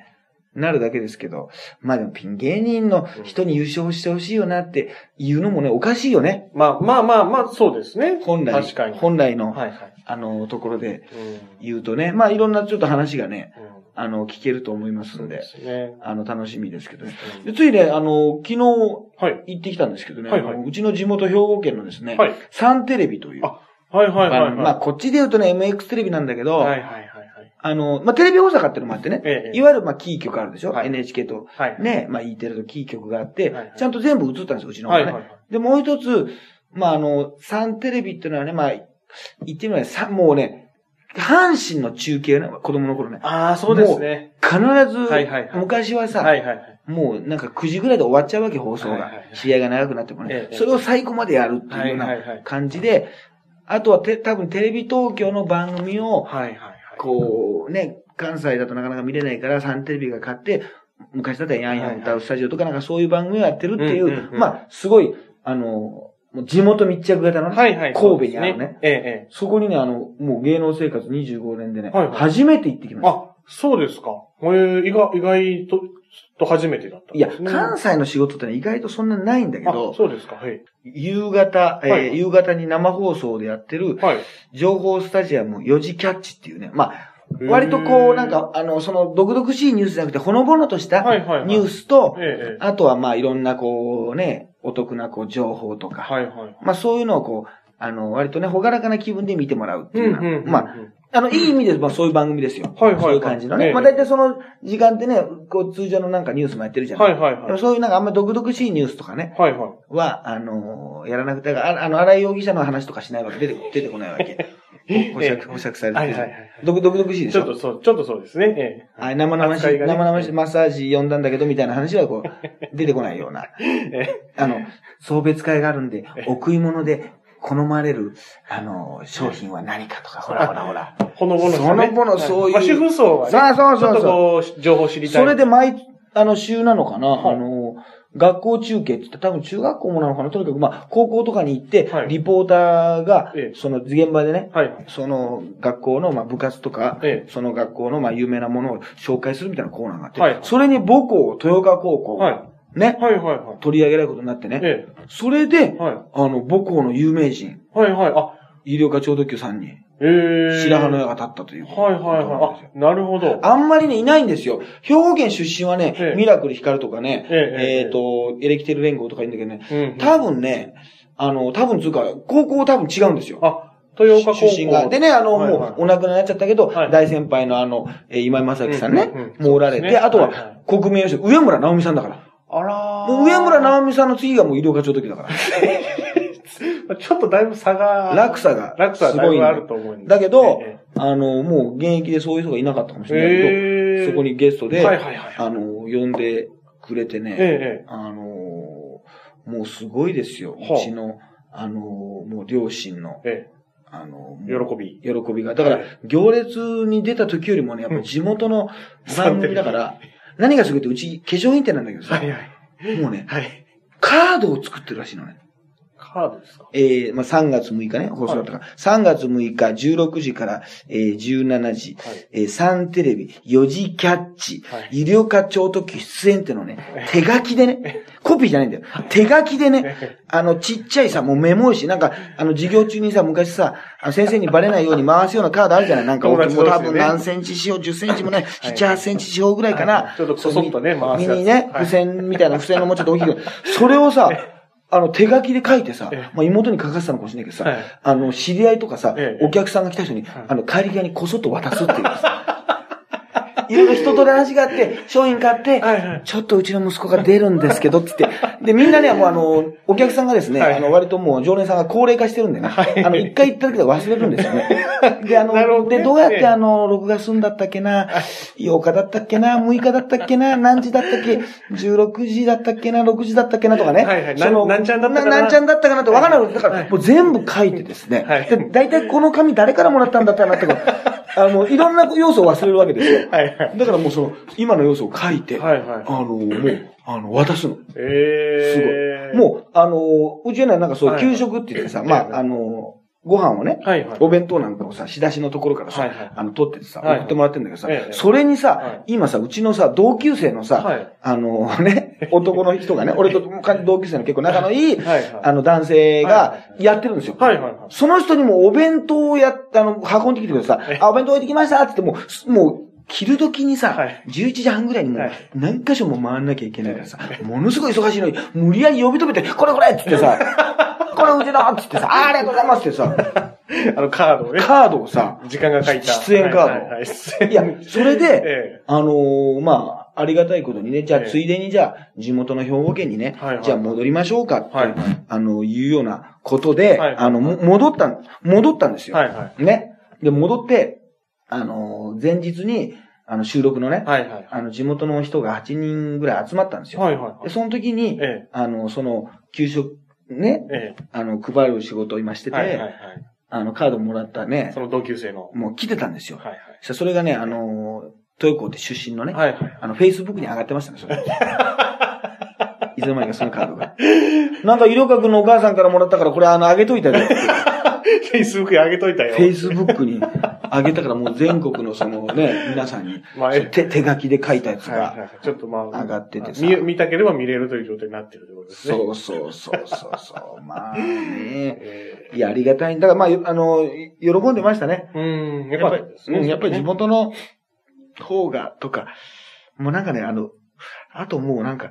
Speaker 1: なるだけですけど、まあでもピン芸人の人に優勝してほしいよなって言うのもね、おかしいよね。
Speaker 2: まあまあまあまあ、そうですね。
Speaker 1: 本来、
Speaker 2: 確かに。
Speaker 1: 本来の、
Speaker 2: はいはい。
Speaker 1: あの、ところで
Speaker 2: うん
Speaker 1: 言うとね、まあいろんなちょっと話がね、
Speaker 2: うん
Speaker 1: あの、聞けると思います
Speaker 2: そうん
Speaker 1: で、
Speaker 2: ですね。
Speaker 1: あの、楽しみですけどね。
Speaker 2: う
Speaker 1: で
Speaker 2: ん
Speaker 1: ついで、あの、昨日行
Speaker 2: はい。
Speaker 1: ってきたんですけどね、
Speaker 2: はいはい
Speaker 1: あのうちの地元兵庫県のですね、
Speaker 2: はい。
Speaker 1: サンテレビという、
Speaker 2: あはいはいはいはい。
Speaker 1: まあこっちで言うとね、MX テレビなんだけど、
Speaker 2: はいはいはいはい。
Speaker 1: あの、まあ、テレビ大阪ってのもあってね、
Speaker 2: ええ
Speaker 1: いわゆる、まあ、キー局あるでしょ、
Speaker 2: はい
Speaker 1: ?NHK と、
Speaker 2: はい。
Speaker 1: ね、まあ、E テレとキー局があって、
Speaker 2: はいはい
Speaker 1: ちゃんと全部映ったんですよ、うちの方
Speaker 2: は
Speaker 1: が
Speaker 2: い
Speaker 1: ね。
Speaker 2: はいはい。
Speaker 1: で、もう一つ、まあ、あの、サンテレビってのはね、まあ、言ってみればさ、もうね、阪神の中継ね、子供の頃ね、
Speaker 2: ああ、そうですね。
Speaker 1: 必ず、
Speaker 2: はいはいはい
Speaker 1: 昔はさ、
Speaker 2: はいはいはい。
Speaker 1: もうなんか9時ぐらいで終わっちゃうわけ、放送が。
Speaker 2: はいはいはい
Speaker 1: 試合が長くなってもね、
Speaker 2: ええ
Speaker 1: それを最後までやるっていう
Speaker 2: は
Speaker 1: よう
Speaker 2: いはい
Speaker 1: な
Speaker 2: はい。
Speaker 1: 感じで、あとはて多分テレビ東京の番組を、
Speaker 2: はいはいはい。
Speaker 1: こうね、関西だとなかなか見れないから、サンテレビが買って、昔だったらヤンヤン歌うスタジオとかなんかそういう番組をやってるってい
Speaker 2: うんうん
Speaker 1: う、
Speaker 2: うん
Speaker 1: まあ、すごい、あの、もう地元密着型のね、
Speaker 2: はいはい。
Speaker 1: 神戸にあるね
Speaker 2: そうです。えええ
Speaker 1: そこにね、あの、もう芸能生活25年でね、
Speaker 2: はいはい
Speaker 1: 初めて行ってき
Speaker 2: え
Speaker 1: まし。
Speaker 2: あ、そうですか。ええ、意外、意外と、と初めてだったたん
Speaker 1: いや、
Speaker 2: ですね。
Speaker 1: 関西の仕事ってね、意外とそんなにないんだけ
Speaker 2: あ
Speaker 1: ど、
Speaker 2: そうですか。はい。
Speaker 1: 夕方、えー
Speaker 2: はい
Speaker 1: 夕方に生放送でやってる、
Speaker 2: はい。
Speaker 1: 情報スタジアム4時キャッチっていうね、まあ、割とこう、なんか、あの、その、毒々しいニュースじゃなくて、ほのぼのとし
Speaker 2: へえ、
Speaker 1: た
Speaker 2: はいはいはい。
Speaker 1: ニュー
Speaker 2: ス。
Speaker 1: スと、
Speaker 2: ええええ。
Speaker 1: あとはまあいろんなこうね、お得なこう情報とか、
Speaker 2: はいはい。
Speaker 1: まあそういうのをこう、あの、割とね、ほがらかな気分で見てもらうっていうような、まあ、
Speaker 2: あ、
Speaker 1: あの、いい意味で、まあそういう番組ですよ。
Speaker 2: はいはいはい
Speaker 1: そういう感じのね。
Speaker 2: ええ
Speaker 1: まあ大体その時間ってね、こう通常のなんかニュースもやってるじゃない、
Speaker 2: はいはい
Speaker 1: で
Speaker 2: は
Speaker 1: も
Speaker 2: い。
Speaker 1: そういうなんかあんま毒々しいニュースとかね、
Speaker 2: はいはい。
Speaker 1: は、あのーやらなくて、だからああの、荒井容疑者の話とかしないわけ、出て、出てこないわ け。保釈、保釈されて
Speaker 2: は
Speaker 1: る
Speaker 2: い
Speaker 1: じゃ
Speaker 2: は
Speaker 1: ん
Speaker 2: いはい。
Speaker 1: 毒々しいでし
Speaker 2: ちょっ
Speaker 1: ょ
Speaker 2: とそう、ちょっとそうですね。ええ。
Speaker 1: はい、生々しい、
Speaker 2: 扱いがね
Speaker 1: 生々しいマッサージ呼んだんだけどみたいな話はこ う、出てこないような。あの、送別会があるんで、お食い物で好まれる、あの、商品は何かとか、ほらほらほら。
Speaker 2: ほのぼのしたね
Speaker 1: そのぼのそういう
Speaker 2: まあ主婦層はね。
Speaker 1: さあ、そう
Speaker 2: ち
Speaker 1: そ
Speaker 2: ょっ
Speaker 1: う
Speaker 2: と
Speaker 1: そ
Speaker 2: こう、情報知
Speaker 1: う。
Speaker 2: りたい。
Speaker 1: それで毎、あの、週なのかな、
Speaker 2: はい
Speaker 1: あの、学校中継って言って多分中学校もなのかなとにかく、まあ、高校とかに行って、
Speaker 2: はい
Speaker 1: リポーターが
Speaker 2: え、え
Speaker 1: その、現場でね、
Speaker 2: はいはい。
Speaker 1: その学校のまあ部活とか、
Speaker 2: ええ
Speaker 1: その学校のまあ有名なものを紹介するみたいなコーナーがあって、
Speaker 2: はい
Speaker 1: それに母校、豊川高校が、
Speaker 2: はい
Speaker 1: ね、
Speaker 2: はいはいはい。
Speaker 1: 取り上げられることになってね、
Speaker 2: え
Speaker 1: それで
Speaker 2: え。、はい。
Speaker 1: あの、母校の有名人、
Speaker 2: はいはい。あ、
Speaker 1: 医療課長特急さんに
Speaker 2: ええ。
Speaker 1: 白羽の矢が立ったということ
Speaker 2: はいはい
Speaker 1: なんです
Speaker 2: は
Speaker 1: よ
Speaker 2: い。あ、なるほど。
Speaker 1: あんまりね、いないんですよ。兵庫県出身はね、
Speaker 2: ええ
Speaker 1: ミラクル光とかね、
Speaker 2: ええええ
Speaker 1: っ、と、エレキテル連合とかいいんだけどね、
Speaker 2: うんうん
Speaker 1: 多分ね、あの、多分つうか、高校多分違うんですよ。
Speaker 2: あ、豊岡高校。
Speaker 1: 出身が。でね、あの、
Speaker 2: はいはい
Speaker 1: もうお亡くなりになっちゃったけど、
Speaker 2: はい
Speaker 1: 大先輩のあの、えー今井正明さんね、
Speaker 2: うんうんうん
Speaker 1: もうおられて、
Speaker 2: そうですね
Speaker 1: あとは、
Speaker 2: はいはい
Speaker 1: 国民栄誉賞、上村直美さんだから。
Speaker 2: あらー
Speaker 1: もう上村直美さんの次がもう医療課長時だから。
Speaker 2: ちょっとだいぶ差が。
Speaker 1: 落差が
Speaker 2: 落差はだいぶあると思うんです
Speaker 1: だけど、
Speaker 2: え
Speaker 1: あの、もう現役でそういう人がいなかったかもしれないけど、
Speaker 2: え
Speaker 1: そこにゲストで、
Speaker 2: はいはいはい
Speaker 1: あの、呼んでくれてね、
Speaker 2: ええ
Speaker 1: あの、もうすごいですよ。
Speaker 2: は
Speaker 1: う
Speaker 2: あ
Speaker 1: ちの、あの、もう両親の、
Speaker 2: ええ。
Speaker 1: ああの、
Speaker 2: 喜び。
Speaker 1: 喜びが。だから、行列に出た時よりもね、やっぱ地元 の番組だから、何がすごいって、うち化粧品店なんだけどさ、
Speaker 2: はいはい。
Speaker 1: もうね、
Speaker 2: はい。
Speaker 1: カードを作ってるらしいのね。
Speaker 2: カードですか
Speaker 1: えー、まあ、3月6日ね、放送だったから、3月6日16時から、えー、17時、
Speaker 2: はい。
Speaker 1: えー、3テレビ、4時キャッチ、
Speaker 2: はい。
Speaker 1: 医療課長特急出演っていうのをね、手書きでね、コピーじゃないんだよ。手書きでね、あの、ちっちゃいさ、もうメモいし、なんか、あの、授業中にさ、昔さ、あの先生にバレないように回すようなカードあるじゃないなんか、も
Speaker 2: 友達同
Speaker 1: う
Speaker 2: 士で
Speaker 1: 多
Speaker 2: ね
Speaker 1: 分何センチ四方、10センチもない、7、8センチ四方ぐらいか
Speaker 2: は
Speaker 1: な。
Speaker 2: いちょっとこそっとね
Speaker 1: そう
Speaker 2: 回すや
Speaker 1: 身
Speaker 2: つ
Speaker 1: にね、
Speaker 2: は
Speaker 1: 付
Speaker 2: い
Speaker 1: 箋みたいな付箋のもうちょっと大きいけど、それをさ、あの、手書きで書いてさ
Speaker 2: ええ、
Speaker 1: まあ、妹に書かせたのかもしれないけど
Speaker 2: は
Speaker 1: さ
Speaker 2: い、
Speaker 1: あの、知り合いとかさ
Speaker 2: え、え
Speaker 1: お客さんが来た人に
Speaker 2: はい、
Speaker 1: あの、帰り際にこそっと渡すっていうさ、いろいろ人と話があって、商品買って、
Speaker 2: はいはい。
Speaker 1: ちょっとうちの息子が出るんですけど、つって。で、みんなね、もうあの、お客さんがですね、
Speaker 2: はい
Speaker 1: あの、割ともう常連さんが高齢化してるんでね、あの、一回行っただけで忘れるんですよね。 で、あ
Speaker 2: なるほど
Speaker 1: の、
Speaker 2: ね
Speaker 1: で、どうやってあの、録画するんだったっけな、8日だったっけな、6日だったっけな、何時だったっけ、16時だったっけな、6時だったっけなとかね。
Speaker 2: はいはい
Speaker 1: その
Speaker 2: なんなんちゃんだったかな
Speaker 1: なんちゃんだったかなってわからなくて、だからもう全部書いてですね。
Speaker 2: はい
Speaker 1: で、大体この紙誰からもらったんだったかなとか、あの、いろんな要素を忘れるわけですよ。
Speaker 2: はいはい。
Speaker 1: だからもうその、今の要素を書いて、
Speaker 2: はいはい
Speaker 1: あの、もう、あの、渡すの。すご
Speaker 2: えー。
Speaker 1: い。もう、あの、うちはね、なんかそう、
Speaker 2: はい
Speaker 1: 給食って言ってさ、
Speaker 2: はい
Speaker 1: まあ、あの、ご飯をね、
Speaker 2: はいはい。
Speaker 1: お弁当なんかをさ、仕出しのところからさ、
Speaker 2: はいはい
Speaker 1: あの、取っててさ、
Speaker 2: はい
Speaker 1: 送ってもらってんだけどさ、
Speaker 2: ええ
Speaker 1: それにさ、
Speaker 2: はい
Speaker 1: 今さ、うちのさ、同級生のさ、
Speaker 2: はい
Speaker 1: あのね、男の人がね、俺と同級生の結構仲のいい、
Speaker 2: はいはい
Speaker 1: あの、男性
Speaker 2: は
Speaker 1: がやってるんですよ。
Speaker 2: はいはいはい。
Speaker 1: その人にもお弁当をやっ、あの、運んできてくださ
Speaker 2: え
Speaker 1: い。あ、お弁当置いてきましたっつってもうす、もう、昼時にさ、
Speaker 2: はい
Speaker 1: 11時半ぐらいにも
Speaker 2: は
Speaker 1: う
Speaker 2: い
Speaker 1: 何箇所も回んなきゃいけないからさ、ものすごい忙しいのに、無理やり呼び止めて、これこれっつって さ、これうちのっつってさ、あありがとうございますってさ、
Speaker 2: あの、カードをね。
Speaker 1: カードをさ、
Speaker 2: 時間が書いた。
Speaker 1: 出演カード
Speaker 2: はいはいはい、出演。
Speaker 1: いや、それで、
Speaker 2: え
Speaker 1: あのーまあ、ありがたいことにね、じゃあ、
Speaker 2: ええ
Speaker 1: ついでにじゃあ、地元の兵庫県にね、
Speaker 2: はいはい
Speaker 1: じゃあ戻りましょうかって、
Speaker 2: はいはい
Speaker 1: あの、いうようなことで、
Speaker 2: はいはい
Speaker 1: あの、も戻ったん、戻ったんです
Speaker 2: え
Speaker 1: よ。
Speaker 2: はいはい。
Speaker 1: ね。で、戻って、あのー前日に、あの、収録のね、
Speaker 2: はいはい。
Speaker 1: あの、地元の人が8人ぐらい集まったんですよ。
Speaker 2: はいはいは
Speaker 1: で、
Speaker 2: い。
Speaker 1: その時に、
Speaker 2: え
Speaker 1: あの、その、給食、ね、
Speaker 2: え。え
Speaker 1: あの、配る仕事を今して
Speaker 2: え。
Speaker 1: て、
Speaker 2: はいはいはい。
Speaker 1: あの、カードもらったね
Speaker 2: そ、の同級生の。
Speaker 1: もう来てたんですよ。
Speaker 2: はいはい。
Speaker 1: そしたらそれがね、あのー豊子って出身のね、
Speaker 2: はいはい。
Speaker 1: あの、Facebook に上がってましたね、そ れ。いつの間にかそのカードが。なんか、医療学のお母さんからもらったから、これあの、あげといたで。
Speaker 2: フェイスブック上げといたよ。
Speaker 1: Facebook に上げたから、もう全国のその ね、皆さんに、
Speaker 2: まあえ
Speaker 1: 手、手書きで書いたやつ
Speaker 2: はいはい
Speaker 1: が。
Speaker 2: はい。ちょっとまあ、
Speaker 1: 上がっててさ
Speaker 2: 見見たければ見れるという状態になってるということですね。う。
Speaker 1: そうそうそうそうそう。まあね。
Speaker 2: え
Speaker 1: いや、ありがたい。だから、まあよ、あの、い喜んでましたね。
Speaker 2: えうん、やっ
Speaker 1: やっぱ
Speaker 2: ぱり
Speaker 1: り、うん、やっぱり地元の方が、とか、もうなんかね、あの、あともうなんか、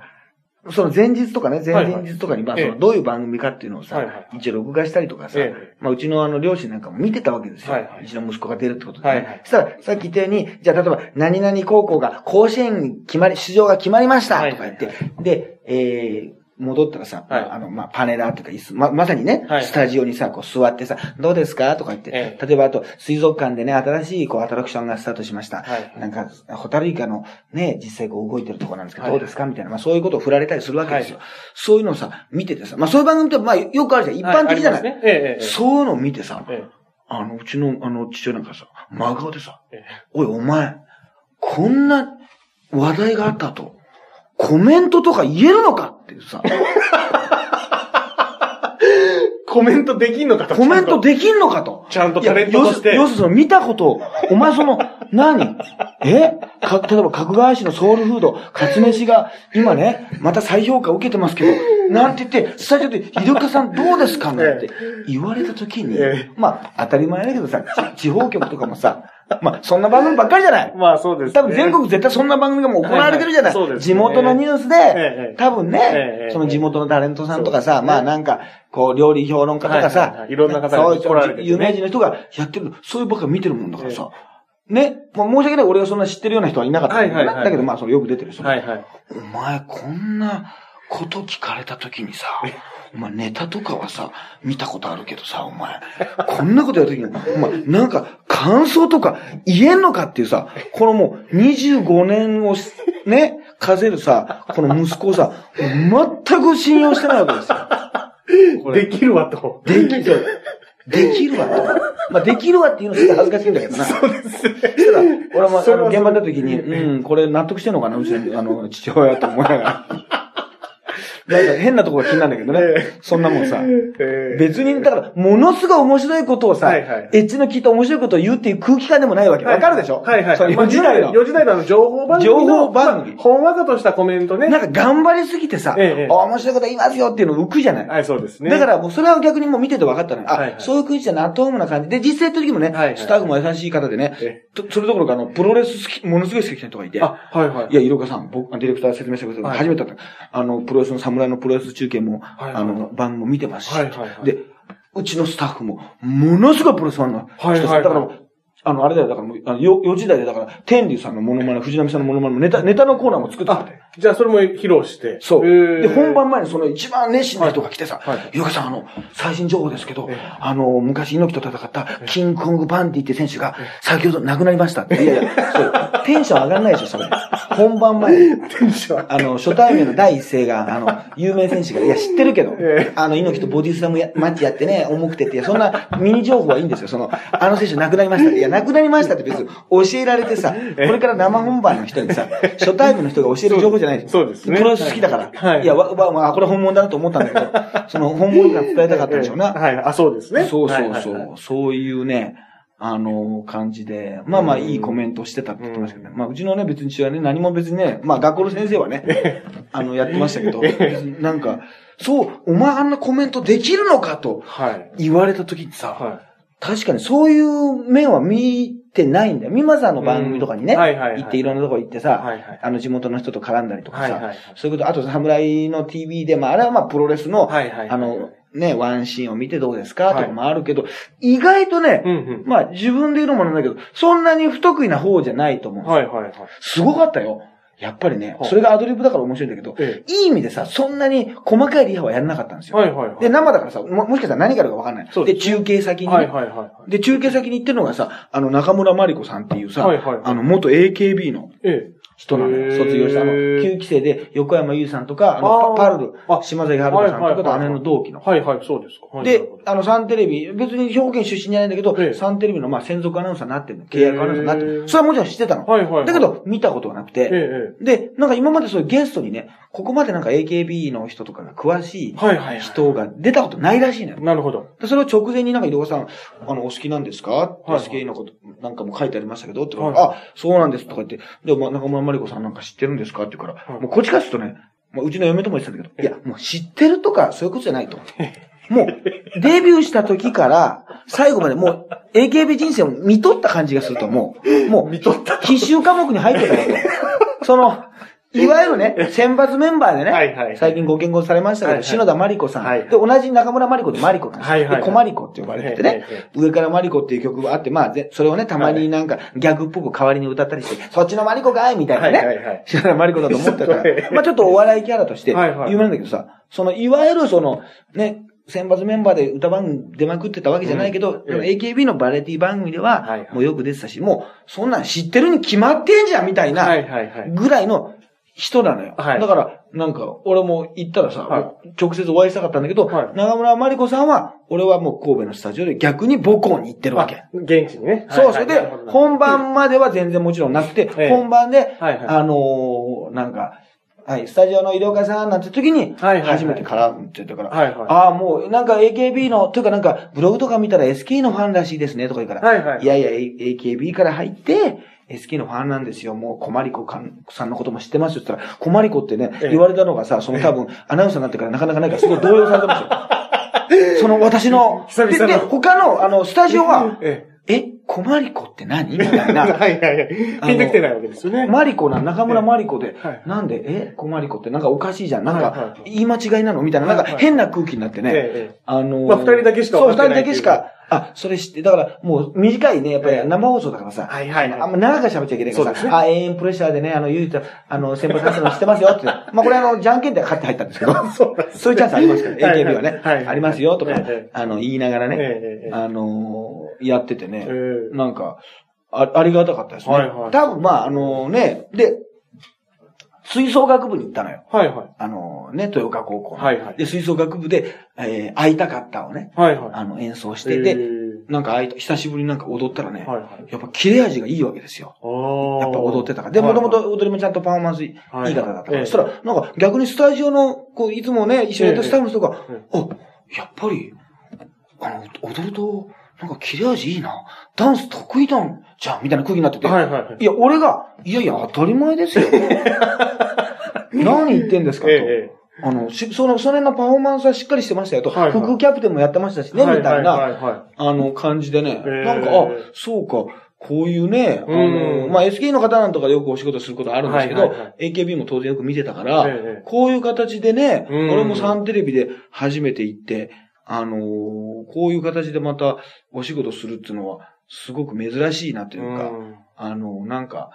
Speaker 1: その前日とかね、前々日とかに、
Speaker 2: はいはい
Speaker 1: まあ、そのどういう番組かっていうのをさ、
Speaker 2: はいはい
Speaker 1: 一応録画したりとかさ、
Speaker 2: ええ
Speaker 1: まあ、うちのあの、両親なんかも見てたわけですよ。
Speaker 2: はいはいう
Speaker 1: ちの息子が出るってことで、ね。
Speaker 2: はいはい
Speaker 1: そしたら、さっき言ったように、じゃあ、例えば、何々高校が甲子園に決まり、出場が決まりましたとか言って、
Speaker 2: はい
Speaker 1: で、えー、戻ったらさ、
Speaker 2: はい
Speaker 1: まああの、まあ、パネラーっていうか椅子、ま、まさにね、
Speaker 2: はい
Speaker 1: スタジオにさ、こう座ってさ、どうですかとか言って、
Speaker 2: え
Speaker 1: 例えばあと、水族館でね、新しいこうアトラクションがスタートしました。
Speaker 2: はい
Speaker 1: なんか、ホタルイカのね、実際こう動いてるとこなんですけど、
Speaker 2: はい
Speaker 1: どうですかみたいな、まあそういうことを振られたりするわけですよ。そういうのをさ、見ててさ、まあそういう番組って、まあよくあるじゃん。一般的じゃない。
Speaker 2: はありますねええええ。
Speaker 1: そういうのを見てさ、
Speaker 2: ええ
Speaker 1: あの、うちの、あの、父親なんかさ、真顔でさ、
Speaker 2: ええ
Speaker 1: おい、お前、こんな話題があったと、コメントとか言えるのかっていうさ、
Speaker 2: コメントできんのかと。
Speaker 1: コメントできんのかと。
Speaker 2: ちゃんとタレントとし
Speaker 1: い
Speaker 2: て
Speaker 1: や要す要するにその見たことを、お前その、何えか、例えば、角川市のソウルフード、カツ飯が、今ね、また再評価を受けてますけど、なんて言って、スタジオで、イルカさんどうですかなんて言われた時に
Speaker 2: え、
Speaker 1: まあ、当たり前だけどさ、ち地方局とかもさ、まあ、そんな番組ばっかりじゃない
Speaker 2: まあそうですね。
Speaker 1: 多分全国絶対そんな番組がもう行われてるじゃない、
Speaker 2: はい はいそうです
Speaker 1: 地
Speaker 2: ね
Speaker 1: 元のニュース
Speaker 2: え
Speaker 1: で
Speaker 2: え、
Speaker 1: 多分
Speaker 2: え
Speaker 1: ね
Speaker 2: え、
Speaker 1: その地元のタレントさんとか
Speaker 2: そう
Speaker 1: さ、
Speaker 2: ですね
Speaker 1: まあなんか、こう料理評論家とか
Speaker 2: はいはい
Speaker 1: さ
Speaker 2: は、いいろんな方が
Speaker 1: そう
Speaker 2: 来られてるね
Speaker 1: 有名人の人がやってる、そういうばっか見てるもんだからさ。ね、まあ申し訳ない、俺がそんな知ってるような人はいなかったんだけど
Speaker 2: はいはいはい
Speaker 1: だけどまあそのよく出てる人。
Speaker 2: はいはい。
Speaker 1: お前こんなこと聞かれた時にさ、お前ネタとかはさ、見たことあるけどさ、お前、こんなことやるときに、お前、なんか感想とか言えんのかっていうさ、このもう25年をしね、数えるさ、この息子をさ、全く信用してないわけですよ。これ
Speaker 2: できるわと。
Speaker 1: できて、 できるわと。まあ、できるわっていうのすごい恥ずかしいんだけどな。
Speaker 2: そうですね。
Speaker 1: 俺も、あ
Speaker 2: それ
Speaker 1: の、
Speaker 2: は
Speaker 1: 現場の時に、うん、これ納得してんのかな、うちの、あ の、父親と思いながら。なんか変なとこが気になるんだけどね。そんなもんさ。
Speaker 2: えー
Speaker 1: 別に、だから、ものすごい面白いことをさ、
Speaker 2: はいはい
Speaker 1: エッジの効いた面白いことを言うっていう空気感でもないわけ。わかるでしょ
Speaker 2: はいはい。
Speaker 1: その4時代の。
Speaker 2: 4時代のあの情報番組の。
Speaker 1: 情報番組
Speaker 2: まあほんわかとしたコメントね。
Speaker 1: なんか頑張りすぎてさ、
Speaker 2: ええ
Speaker 1: あ面白いこと言いますよっていうの浮くじゃない。
Speaker 2: はい、そうですね。
Speaker 1: だからもうそれは逆にもう見てて分かったのよ。あ、
Speaker 2: はいはい
Speaker 1: そういう空気じゃなと思うな感じ。で、実際の時もね、
Speaker 2: はいはい
Speaker 1: スタッフも優しい方でね
Speaker 2: え、
Speaker 1: とそれどころかあの、プロレス好き、ものすごい好きな人がいて、
Speaker 2: あ、はいはい
Speaker 1: い。や、いろかさん、僕、あディレクター説明してください。
Speaker 2: はい
Speaker 1: 初めてだった。あの、プロレスの侍のプロレス中継も、
Speaker 2: はい
Speaker 1: あの、番組も見てますし
Speaker 2: はいはいは、い
Speaker 1: で、うちのスタッフも、ものすごいプロレスファンの人
Speaker 2: はい
Speaker 1: です
Speaker 2: はいは
Speaker 1: だ
Speaker 2: い
Speaker 1: からもう、あの、あれだよ、だからもう、あの、よ4時代で、だから、天竜さんのモノマネ、藤波さんのモノマネもネタ、ネタのコーナーも作って
Speaker 2: あ
Speaker 1: て。、
Speaker 2: じゃあそれも披露して。
Speaker 1: そう。
Speaker 2: えー
Speaker 1: で、本番前にその一番熱心な人が来てさ
Speaker 2: はいはい、
Speaker 1: ゆうかさん、あの、最新情報ですけど
Speaker 2: ええ、
Speaker 1: あの、昔猪木と戦った、キングコングバンディって選手が、先ほど亡くなりましたって。いやいや、そう。テンション上がらないでしょ、それ。本番前に。
Speaker 2: テンション上がる
Speaker 1: あの、初対面の第一声が、あの、有名選手が、いや、知ってるけど
Speaker 2: ええ、
Speaker 1: あの、猪木とボディスラムやマッチやってね、重くてって、いやそんなミニ情報はいいんですよ。その、あの選手亡くなりましたって。いや、亡くなりましたって別に教えられてさ、これから生本番の人にさ、初対面の人が教える情報じゃないでしょ
Speaker 2: そうですね
Speaker 1: プロレス好きだから。
Speaker 2: はいはい
Speaker 1: いや、わ、わ、わ、これ本物だなと思ったんだ けど、その本物には伝えたかったんでしょうな。
Speaker 2: はい、あ、そうですね。
Speaker 1: そうそう
Speaker 2: はい
Speaker 1: そ。
Speaker 2: はいはいう
Speaker 1: そういうね、あの、感じで、まあまあいいコメントをしてたって言ってましたけどね。まあうちのね、別に父親ね、何も別にね、まあ学校の先生はね、あの、やってましたけど、別になんか、そう、お前あんなコメントできるのかと
Speaker 2: はい。
Speaker 1: 言われた時にさ、
Speaker 2: は
Speaker 1: 確かにそういう面は見てないんだよ。美馬さんの番組とかにね、
Speaker 2: うんはいはいはい
Speaker 1: 行っていろんなとこ行ってさ、
Speaker 2: はいはい
Speaker 1: あの地元の人と絡んだりとか
Speaker 2: はい
Speaker 1: さ、
Speaker 2: はいはい
Speaker 1: そういうこと、あと侍の TV で、まああれはまあプロレスの、
Speaker 2: い。はいはい。
Speaker 1: あの、、ね、ワンシーンを見てどうですかと
Speaker 2: はい
Speaker 1: かもあるけど、意外とね
Speaker 2: う、ん
Speaker 1: まあ自分で言うのもなんだけど、そんなに不得意な方じゃないと思う
Speaker 2: うんん。
Speaker 1: ですよ。
Speaker 2: はいはいはい。
Speaker 1: すごかったよ。やっぱりね、
Speaker 2: はい
Speaker 1: それがアドリブだから面白いんだけど、
Speaker 2: え
Speaker 1: いい意味でさ、そんなに細かいリハはやらなかったんですよ。
Speaker 2: えはいはいはい。
Speaker 1: で、生だからさ、ももしかしたら何があるかわかんない。
Speaker 2: そう
Speaker 1: で、
Speaker 2: で
Speaker 1: 中継先にね、
Speaker 2: はいはいはいはい。
Speaker 1: で、中継先に行ってるのがさ、あの、中村まりこさんっていうさ、
Speaker 2: はいはいはい
Speaker 1: あの、元 AKB の
Speaker 2: え
Speaker 1: 人なのよ。
Speaker 2: へー
Speaker 1: 卒業した。あの、9期生で横山優さんとか、あの、
Speaker 2: あー
Speaker 1: パパルル
Speaker 2: あ、
Speaker 1: 島崎春子さんとか
Speaker 2: はいはい
Speaker 1: と
Speaker 2: はいはい
Speaker 1: 姉の同期
Speaker 2: え。
Speaker 1: の。
Speaker 2: はいはい、そうですか。はいな
Speaker 1: で
Speaker 2: るほ、ど
Speaker 1: あの、サンテレビ、別に兵庫県出身じゃないんだけど、
Speaker 2: ええ
Speaker 1: サンテレビのまあ専属アナウンサーになってるの。契約アナウンサーになってる
Speaker 2: へえ
Speaker 1: それはもちろん知ってたの。
Speaker 2: はいはいはい。
Speaker 1: だけ、ど、見たことはなく
Speaker 2: ええ
Speaker 1: て。
Speaker 2: え
Speaker 1: で、なんか今までそういうゲストにね、ここまでなんか AKB の人とかが詳しい
Speaker 2: え。はいはいはい。
Speaker 1: 人が出たことないらしいのよ。
Speaker 2: なるほど。
Speaker 1: でそれを直前になんか井戸川さん、あの、お好きなんですかって、
Speaker 2: はいはい
Speaker 1: SKE のことなんかも書いてありましたけど、って、
Speaker 2: はい
Speaker 1: あ、そうなんですとか言って、で、まあ、中村まりこさんなんか知ってるんですかって言うから、
Speaker 2: はい
Speaker 1: もうこっちからするとね、まあ、うちの嫁とも言ってたんだけど、いや、もう知ってるとかそういうことじゃないと。もう、 デビューした時から、最後までもう、AKB 人生を見とった感じがすると、もう、もう、
Speaker 2: 見とった。
Speaker 1: 必修科目に入ってたよと。その、いわゆるね、選抜メンバーでね、
Speaker 2: はいはいはい
Speaker 1: 最近ご健康されましたけど、
Speaker 2: はいはい
Speaker 1: 篠田真理子さん、
Speaker 2: はいはい
Speaker 1: で、同じ中村真理子で真理子なんですよ
Speaker 2: はいはいはい
Speaker 1: で、小真理子って呼ばれててね、
Speaker 2: はいはいはい
Speaker 1: 上から真理子っていう曲があって、まあ、ぜそれをね、たまになんかギャグっぽく代わりに歌ったりして、そっちの真理子かいみたいなね、
Speaker 2: はいはいはい
Speaker 1: 篠田真理子だと思ってた
Speaker 2: すご
Speaker 1: ら、
Speaker 2: い
Speaker 1: まあちょっとお笑いキャラとして有
Speaker 2: はいはい
Speaker 1: 名なんだけどさ、その、いわゆるその、ね、選抜メンバーで歌番組出まくってたわけじゃないけど、
Speaker 2: うん
Speaker 1: AKB のバラエティ番組で
Speaker 2: はい
Speaker 1: は
Speaker 2: は、い
Speaker 1: もうよく出てたし、もう、そんなん知ってるに決まってんじゃんみたい
Speaker 2: は
Speaker 1: ない
Speaker 2: はいはい。
Speaker 1: ぐらいの人なのよ。
Speaker 2: はい
Speaker 1: だから、なんか、俺も行ったらさ、
Speaker 2: はい
Speaker 1: もう直接お会いしたかったんだけど、
Speaker 2: はい
Speaker 1: 長村真理子さんは、俺はもう神戸のスタジオで逆に母校に行ってるわけ。
Speaker 2: あ現地にね。
Speaker 1: そう、
Speaker 2: はい
Speaker 1: それ
Speaker 2: はい
Speaker 1: で、本。番までは全然もちろんなくて、
Speaker 2: ええ
Speaker 1: 本番で、
Speaker 2: はいはい
Speaker 1: あのーなんか、はい、スタジオの医療家さんなんて時に、
Speaker 2: はいはいはい
Speaker 1: 初めて絡むって言ったから、
Speaker 2: はいはい
Speaker 1: ああ、もう、なんか AKB の、というかなんか、ブログとか見たら SK のファンらしいですね、とか言うから、
Speaker 2: はいはい
Speaker 1: いやいや、A- AKB から入って、SK のファンなんですよ。もう、コマリコかんさんのことも知ってますよ。って言ったら、コマリコってね、
Speaker 2: ええ
Speaker 1: 言われたのがさ、その多分、アナウンサーになってからなかなかないから、すごい動揺されてます よ。その、私の、
Speaker 2: 久々の
Speaker 1: でで、他の、あの、スタジオは、
Speaker 2: え
Speaker 1: え、コマリコって何みたい
Speaker 2: え。
Speaker 1: な。
Speaker 2: はいはいはい。ピンときてないわけですよね。
Speaker 1: マリコな、中村マリコで
Speaker 2: はい、
Speaker 1: なんで、え、コマリコってなんかおかしいじゃん。なん
Speaker 2: はいは
Speaker 1: か
Speaker 2: い、
Speaker 1: 言い間違いなのみたいな、なんか
Speaker 2: はいはい
Speaker 1: 変な空気になって
Speaker 2: ええ
Speaker 1: ね。
Speaker 2: ええ。
Speaker 1: あのー
Speaker 2: まあ二人だけしか
Speaker 1: そう、
Speaker 2: 分
Speaker 1: 二
Speaker 2: かっ
Speaker 1: 人
Speaker 2: てない
Speaker 1: だけしか。あ、それ知って、だからもう短いね、やっぱ
Speaker 2: え
Speaker 1: り
Speaker 2: え
Speaker 1: 生放送だからさ。
Speaker 2: はいはいはい
Speaker 1: あんま長く喋っちゃいけないか
Speaker 2: そう
Speaker 1: ら
Speaker 2: ですね
Speaker 1: さ。あ、永遠プレッシャーでね、あの、ゆうた、あの、先輩さんの知ってますよって。まあこれあの、じゃんけんで勝って入ったんですけど。
Speaker 2: そうなんです
Speaker 1: そういうチャンスありますから、
Speaker 2: はいはい
Speaker 1: AKB はね。
Speaker 2: はいはい
Speaker 1: ありますよとか
Speaker 2: ええ、
Speaker 1: あの、言いながら
Speaker 2: ええ
Speaker 1: ね、
Speaker 2: ええ。
Speaker 1: あのー、やっててね。
Speaker 2: ええ
Speaker 1: なんか、あありがたかったですね。
Speaker 2: はいはい
Speaker 1: 多分まあ、あのね、で、吹奏楽部に行ったのよ。
Speaker 2: はいはい。
Speaker 1: あのね、豊川高校の。
Speaker 2: はいはい。
Speaker 1: で、吹奏楽部で、えー、会いたかったをね、
Speaker 2: はいはい。
Speaker 1: あの、演奏し
Speaker 2: え
Speaker 1: て
Speaker 2: ー
Speaker 1: て、なんか会いた、久しぶりになんか踊ったらね、
Speaker 2: はいはい。
Speaker 1: やっぱ切れ味がいいわけですよ。や
Speaker 2: や
Speaker 1: っぱ踊ってたから。で、もともと踊りもちゃんとパフォーマンスいい
Speaker 2: は
Speaker 1: 方
Speaker 2: い
Speaker 1: だったから。
Speaker 2: ええ
Speaker 1: そしたら、なんか逆にスタジオの、こう、いつもね、一緒にやったスタッフの人が、
Speaker 2: え
Speaker 1: あ、やっぱり、あの、踊ると、なんか切れ味いいな。ダンス得意だんじゃん、みたいな空気になってて。
Speaker 2: はいはいはい。
Speaker 1: いや、俺が、いやいや、当たり前です よ。何言ってんですかと。
Speaker 2: ええ
Speaker 1: あの、しその、その辺のパフォーマンスはしっかりしてましたよと。
Speaker 2: はいはい
Speaker 1: 副キャプテンもやってましたし
Speaker 2: ええ
Speaker 1: ね、みたいな、
Speaker 2: はいはいはいは
Speaker 1: あの、感じでね。
Speaker 2: ええ
Speaker 1: なんか、あ、そうか、こういうね、あ
Speaker 2: う
Speaker 1: の、
Speaker 2: ん
Speaker 1: まあ、SK の方なんとかでよくお仕事することあるんですけ
Speaker 2: は
Speaker 1: ど
Speaker 2: いはいは、
Speaker 1: AKB も当然よく見てたか
Speaker 2: い。え
Speaker 1: ら、
Speaker 2: えええ
Speaker 1: こういう形でね、
Speaker 2: うん
Speaker 1: 俺もサンテレビで初めて行って、あのーこういう形でまたお仕事するっていうのは、すごく珍しいなというか、あの、なんか、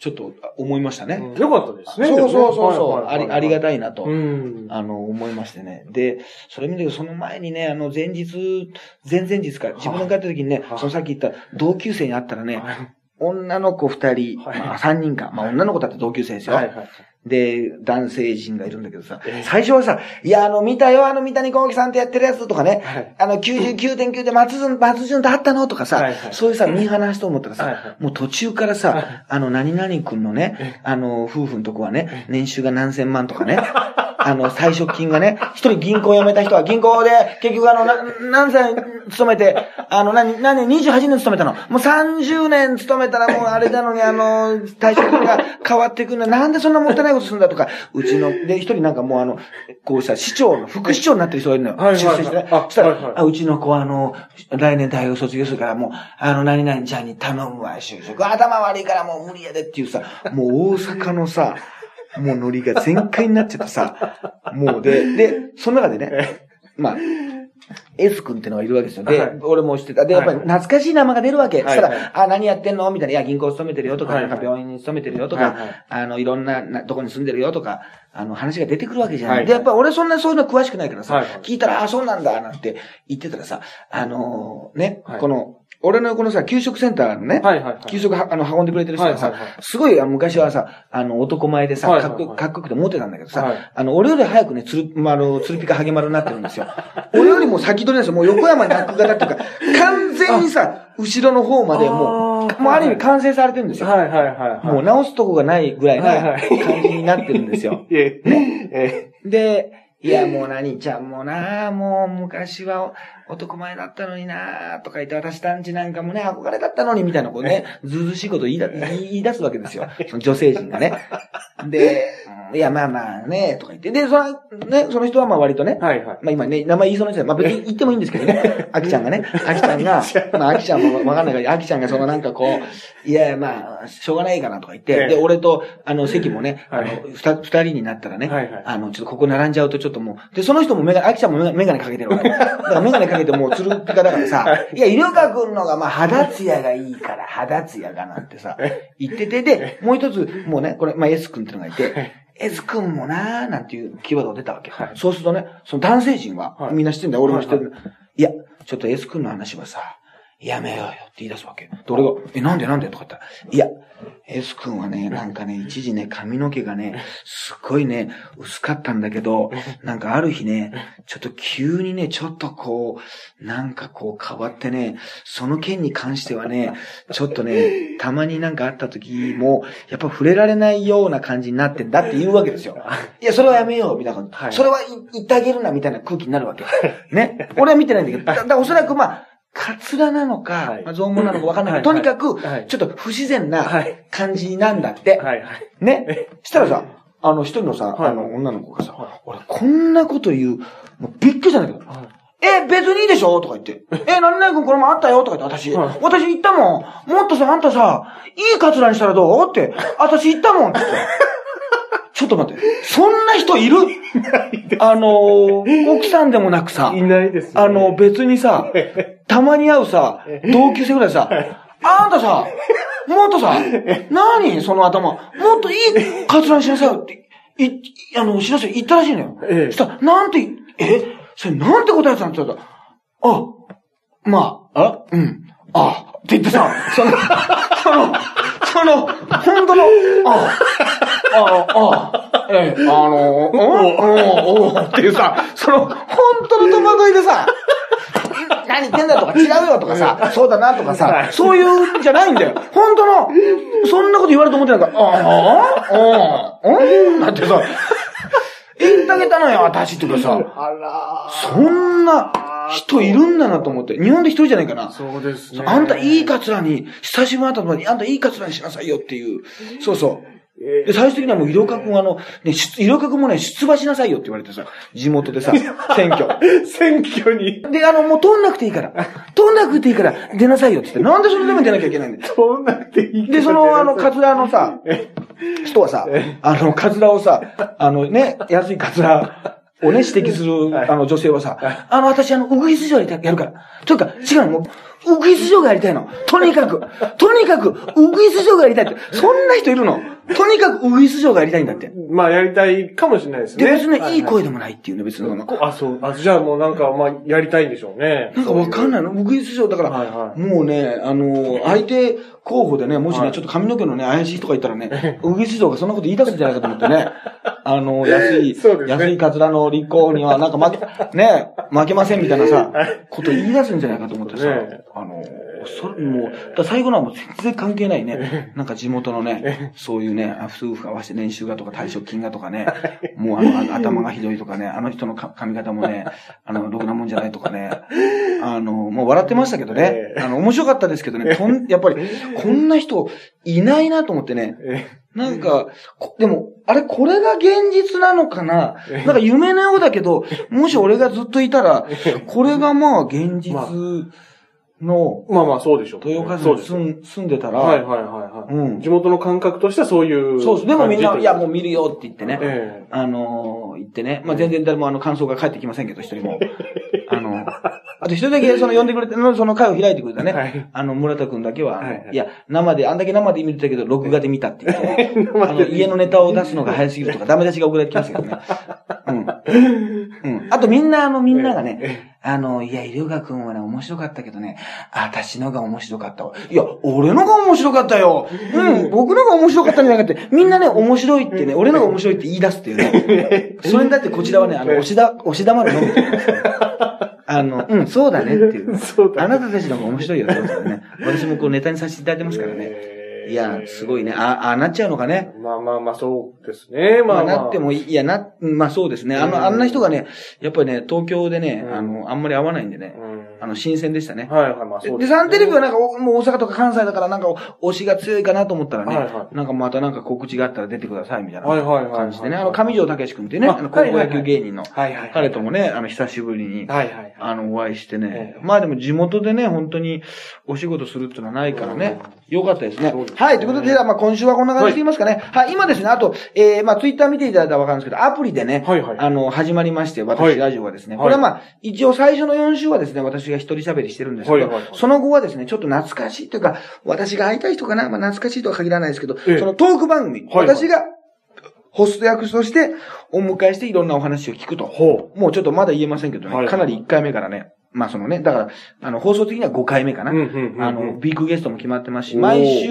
Speaker 1: ちょっと思いましたね。
Speaker 2: うんよかったですね。
Speaker 1: そうそうそうそう、
Speaker 2: はいはいはいはい
Speaker 1: あり、ありがたいなと、
Speaker 2: うん。
Speaker 1: あの、思いましてね。で、それ見て、その前にね、あの、前日、前々日から、自分が帰った時にね
Speaker 2: は、い
Speaker 1: そのさっき言った同級生に会ったらね、
Speaker 2: は
Speaker 1: 女の子二人、
Speaker 2: はい
Speaker 1: まあ三人か、まあ女の子だって同級生です
Speaker 2: い
Speaker 1: よ。
Speaker 2: はいはい。
Speaker 1: で、男性陣がいるんだけどさ
Speaker 2: ええ、
Speaker 1: 最初はさ、いや、あの、見たよ、あの、三谷幸喜さんとやってるやつとかね、
Speaker 2: はい
Speaker 1: あの、99.9で松潤、松潤と会ったのとかさ、
Speaker 2: はいはい
Speaker 1: そういうさ、見放しと思ったらさ、
Speaker 2: はいは
Speaker 1: もう途中から
Speaker 2: はい
Speaker 1: さ、あの、何々くんの
Speaker 2: え
Speaker 1: ね、あの、夫婦のとこはね、年収が何千万とかね、 あの、退職金がね、一人銀行辞めた人は銀行で、結局あの、な何歳勤めて、あの、何、何年、28年勤めたの。もう30年勤めたらもうあれなのに、あの、退職金が変わっていくんだ。なんでそんなもったいないことするんだとか、うちの、で、一人なんかもうあの、こうさ、市長の、副市長になってる人がいるのよ。
Speaker 2: はいはいはい
Speaker 1: 出世してね。
Speaker 2: あ
Speaker 1: そしたら、
Speaker 2: はいはい
Speaker 1: あうちの子はあの、来年大学卒業するからもう、あの、何々ちゃんに頼むわ、就職。頭悪いからもう無理やでっていうさ、もう大阪のさ、 もうノリが全開になっちゃってさ、もうで、で、その中でね、まあ、S 君ってのがいるわけですよ。で、
Speaker 2: はい
Speaker 1: 俺も知ってた。で、やっぱり
Speaker 2: はい
Speaker 1: 懐かしい名前が出るわけ。
Speaker 2: はい
Speaker 1: そ
Speaker 2: は
Speaker 1: し
Speaker 2: い
Speaker 1: たら、あ、何やってんのみたいな、いや、銀行勤めてるよとか、
Speaker 2: はいはい
Speaker 1: なんか病院に勤めてるよと
Speaker 2: はい
Speaker 1: か
Speaker 2: はい、
Speaker 1: あの、いろんな、な、どこに住んでるよとか、あの、話が出てくるわけじゃ
Speaker 2: は
Speaker 1: ないい。で、やっぱ俺そんなそういうの詳しくないから
Speaker 2: はい
Speaker 1: さ
Speaker 2: はい、
Speaker 1: 聞いたら、あ、そうなんだ、なんて言ってたらさ、あのー、ね
Speaker 2: はい、
Speaker 1: この、俺のこのさ、給食センターのね、
Speaker 2: はいはいはい。
Speaker 1: 給食はあの運んでくれてる人が
Speaker 2: はい
Speaker 1: さ
Speaker 2: はいはい、
Speaker 1: すごいあの昔はさ、あの男前でさ、
Speaker 2: はい
Speaker 1: か
Speaker 2: はいは
Speaker 1: っ
Speaker 2: い
Speaker 1: こかっこよくてモテたんだけど
Speaker 2: は
Speaker 1: さ
Speaker 2: い、
Speaker 1: あの、俺より早くね、つる、まああの、つるぴかハゲ丸になってるんですよ。俺よりも先取りなんですよ。もう横山に落語家だっていうか、完全にさ、後ろの方までも
Speaker 2: あー
Speaker 1: う、もうある意味完成されてるんですよ。
Speaker 2: はいはいはいはい。
Speaker 1: もう直すとこがないぐらい
Speaker 2: はいはい
Speaker 1: な感じになってるんですよ。
Speaker 2: いえ、え
Speaker 1: で、いや、もう何ちゃんもなあ、もう昔は男前だったのになあ、とか言って、私団地なんかもね、憧れだったのに、みたいな、こう ね、ずうずうしいこと言いだ言い出すわけですよ。その女性陣が ね。で、うんいや、まあまあね、とか言って。で、その、ね、その人はまあ割とね、
Speaker 2: はいはい。
Speaker 1: まあ今ね、名前言いそうな人は、まあ別に言ってもいいんですけど ね。アキちゃんがね、アキちゃんが、まあアキちゃんもわかんないから、アキちゃんがそのなんかこう、いやいやまあ、しょうがないかなとか言って、
Speaker 2: ええ
Speaker 1: で、俺と、あの、席もね、あ
Speaker 2: はい
Speaker 1: の、ふた二人になったらね、
Speaker 2: はいはい
Speaker 1: あの、ちょっとここ並んじゃうとちょっともう、で、その人もメガネ、アキちゃんもメガネメガネかけてるわけ。だからメガネかけてもうつるっぴかだからさ、いや、イルカ君のがまあ肌ツヤがいいから、肌ツヤがなんてさ、言ってて、で、もう一つ、もうね、これ、まあ S 君ってのがいて、S 君もなーなんていうキーワードが出たわけ。
Speaker 2: はい
Speaker 1: そうするとね、その男性陣は、
Speaker 2: はい
Speaker 1: みんな知ってんだよ、俺も知って
Speaker 2: は
Speaker 1: る。いや、ちょっと S 君の話はさ、やめようよって言い出すわけ。で、俺が、え、なんでなんでとか言ったら、いや、S 君はね、なんかね、一時ね、髪の毛がね、すっごいね、薄かったんだけど、なんかある日ね、ちょっと急にね、ちょっとこう、なんかこう変わってね、その件に関してはね、ちょっとね、たまになんかあった時も、やっぱ触れられないような感じになってんだって言うわけですよ。いや、それはやめよう、みたいな感じ。
Speaker 2: はい
Speaker 1: それはい言ってあげるな、みたいな空気になるわけ。ね。俺は見てないんだけど、だだからおそらくまあ、カツラなのか、
Speaker 2: はい
Speaker 1: まあ、ゾンモなのかわかんないけど、
Speaker 2: はい
Speaker 1: とにかく、
Speaker 2: はい
Speaker 1: ちょっと不自然
Speaker 2: は。
Speaker 1: ない感じなんだって。
Speaker 2: はいはい。
Speaker 1: ね。したらさ、あの、一人のさ、
Speaker 2: はい
Speaker 1: あの、女の子がさ、
Speaker 2: はい
Speaker 1: 俺、こんなこと言う、もうびっくりしたんだけど、え、別にいいでしょとか言って。え、何々君これもあったよとか言って、私。
Speaker 2: はい
Speaker 1: 私言ったもん。もっとさ、あんたさ、いいカツラにしたらどうって、私言ったもんって言って。ちょっと待って。そんな人い るあのー、奥さんでもなくさ、
Speaker 2: いないですね。
Speaker 1: あの、、別にさ、 たまに会うさ、同級生ぐらいさ、あんたさ、もっと さ、何その頭、もっといいカツラにしなさいよって、い、いあの、しなさい、言ったらしいのよ。
Speaker 2: え
Speaker 1: そ
Speaker 2: え
Speaker 1: したら、なんて、えそれなんて答えてたんって言ったら、あ、まあ、あ、うん、あ、って言ってさ、その、その、その、本当の、あ、あ、あ、ええ、あの、おおおっていうさ、その、本当の戸惑いでさ、何言ってんだとか違うよとかさ、そうだなとかさ、そういうんじゃないんだよ。本当の、そんなこと言われると思ってないから、ああ、うん、うん、だってさ、言ってあげたのよ、私とかさ、
Speaker 2: あら
Speaker 1: そんな人いるんだなと思って、日本で一人じゃないかな。
Speaker 2: そうですね。
Speaker 1: あんたいい
Speaker 2: か、
Speaker 1: カツラに、久しぶりに会ったのに、あんたいいカツラにしなさいよっていう。そうそう。
Speaker 2: え
Speaker 1: で、最終的にはもう、医療科君あの、ね、出医療科君もね、出馬しなさいよって言われてさ、地元で さ、選挙。
Speaker 2: ー選挙に、
Speaker 1: で、あの、もう取んなくていいから、取んなくていいから、出なさいよって言って、なんでそれでも出なきゃいけないんだよ。
Speaker 2: そんなくていいけど
Speaker 1: で、そ の、あの、カツラのさ、人はさ
Speaker 2: え、
Speaker 1: あの、カツラをさ、あのね、安いカツラをね、指摘す
Speaker 2: はい
Speaker 1: る、あの、女性はさ、あの、私、あの、ウグイス嬢やりたいやるから。というか、違うの、もうウグイス嬢がやりたいの。とにかく、 とにかく、ウグイス嬢がやりたいって、そんな人いるの。とにかく、ウグイス嬢がやりたいんだって。
Speaker 2: まあ、やりたいかもしれないです
Speaker 1: で、
Speaker 2: ね。
Speaker 1: 別
Speaker 2: は
Speaker 1: にいい
Speaker 2: は
Speaker 1: 声でもないっていうね、別に。なんか
Speaker 2: あ、そう。あ、じゃあもうなんか、まあ、やりたいんでしょうね。
Speaker 1: わかんないの。ウグイス嬢だか
Speaker 2: はいは
Speaker 1: ら、もうね、あの、相手候補でね、もし
Speaker 2: は
Speaker 1: ね、
Speaker 2: い
Speaker 1: ちょっと髪の毛のね、怪しい人がいたらね、ウグイス嬢がそんなこと言い出すんじゃないかと思って ね、あの、安い、
Speaker 2: そうですね
Speaker 1: 安いカツラの立候補には、なんか負け、ね、負けませんみたいなさ
Speaker 2: は、
Speaker 1: こと言い出すんじゃないかと思ってさ
Speaker 2: ね、
Speaker 1: あの、それもう、だから最後のはもう全然関係ない ね、なんか地元のね、そういうね、あ夫婦合わせて年収がとか退職金がとかね、もうあの、あ頭がひどいとかね、あの人のか髪型も ね、あの、ろくなもんじゃないとかね、あの、もう笑ってましたけどね
Speaker 2: え、え
Speaker 1: あの、面白かったですけど ね、とんやっぱり、こんな人いないなと思ってね、
Speaker 2: え
Speaker 1: なんか、こでも、あれ、これが現実なのかな
Speaker 2: え
Speaker 1: なんか夢のようだけど、もし俺がずっといたら、これがまあ、現実の、
Speaker 2: まあまあ、そうでしょう。
Speaker 1: 豊
Speaker 2: そ
Speaker 1: 川
Speaker 2: うで
Speaker 1: に
Speaker 2: すよ。
Speaker 1: 住ん住んでた
Speaker 2: はいはい
Speaker 1: ら、
Speaker 2: はいはい。
Speaker 1: うん。
Speaker 2: 地元の感覚としてはそういう。
Speaker 1: そうです。でもみんな、いや、も
Speaker 2: う。
Speaker 1: う見るよって言ってね。
Speaker 2: え
Speaker 1: あのー言ってね。まあ、全然誰もあの、感想が返ってきませんけど、一 人も。あのあと一人だけ、その、呼んでくれて、その会を開いてくれたね。
Speaker 2: はい
Speaker 1: あの、村田くんだけは、あの
Speaker 2: はいはい
Speaker 1: や、生で、あんだけ生で見てたけど、録画で見たって言 って、
Speaker 2: え。
Speaker 1: あの、家のネタを出すのが早すぎるとか、ダメ出しが送られてきましたけどね。うん。うん。あとみんな、あの、みんながね、
Speaker 2: ね。
Speaker 1: あの、いや、医療学君はね、面白かったけどね、私のが面白かったわ。いや、俺のが面白かったよ。うん、僕のが面白かったんじゃなくて、みんなね、面白いってね、俺のが面白いって言い出すっていうね。それにだってこちらはね、あの、押しだ、押し玉で飲むって言うんですよ。あの、うん、そうだねっていう。
Speaker 2: そうだ
Speaker 1: あ
Speaker 2: ね。
Speaker 1: なたたちの方が面白いよってことだね。私もこうネタにさせていただいてますからね。
Speaker 2: ええ
Speaker 1: いや、すごいね。。あ、ああなっちゃうのかね。
Speaker 2: まあまあまあ、そうですね。ま
Speaker 1: ま
Speaker 2: あ
Speaker 1: あ、
Speaker 2: まあ。
Speaker 1: なってもいい。いや、な、まあそうですね。あ
Speaker 2: うん
Speaker 1: の、あんな人がね、やっぱりね、東京でね
Speaker 2: う、ん
Speaker 1: あの、あんまり会わないんでね
Speaker 2: う、ん。
Speaker 1: あの、新鮮でしたね。
Speaker 2: はいはい、まあそう
Speaker 1: で、
Speaker 2: すね
Speaker 1: サンテレビはなんか、おもう大阪とか関西だからなんか、推しが強いかなと思ったら
Speaker 2: はいは
Speaker 1: ね、なんかまたなんか告知があったら出てくださいみたい
Speaker 2: はい
Speaker 1: な
Speaker 2: はいはいはい。
Speaker 1: 感じでね、あの、上条武志君っていうね、
Speaker 2: あ
Speaker 1: あの、高校
Speaker 2: はい
Speaker 1: 野
Speaker 2: はいは
Speaker 1: 球
Speaker 2: い
Speaker 1: 芸人の、
Speaker 2: はいはい。
Speaker 1: 彼ともね、あの、久しぶりに、
Speaker 2: はいはいはい。
Speaker 1: あの、お会いしてね
Speaker 2: え。え
Speaker 1: まあでも地元でね、本当にお仕事するっていうのはないからね。よかったですね
Speaker 2: そうです。ね
Speaker 1: はい。ということで、じゃあまあ今週はこんな感じでいきますかね。はい。今ですね、あと、えー、まあツイッター見ていただいたらわかるんですけど、アプリでね、
Speaker 2: はいはい
Speaker 1: あの、始まりまして、
Speaker 2: は
Speaker 1: 私
Speaker 2: い
Speaker 1: ラジオはですね。
Speaker 2: はい
Speaker 1: これはまあ、一応最初の4週はですね、私が一人喋りしてるんですけ
Speaker 2: はいはい
Speaker 1: ど
Speaker 2: はい、
Speaker 1: その後はですね、ちょっと懐かしいというか、私が会いたい人かな、まあ懐かしいとは限らないですけど、
Speaker 2: ええ
Speaker 1: そのトーク番組、
Speaker 2: はいはい
Speaker 1: 私がホスト役としてお迎えしていろんなお話を聞くと。
Speaker 2: ほ
Speaker 1: もうちょっとまだ言えませんけどね、
Speaker 2: はい
Speaker 1: かなり1回目からね、まあそのね、だから、あの、放送的には5回目か
Speaker 2: う。
Speaker 1: な。
Speaker 2: うんうんうん。
Speaker 1: あの、、ビッグゲストも決まってますし、
Speaker 2: おー
Speaker 1: 毎週、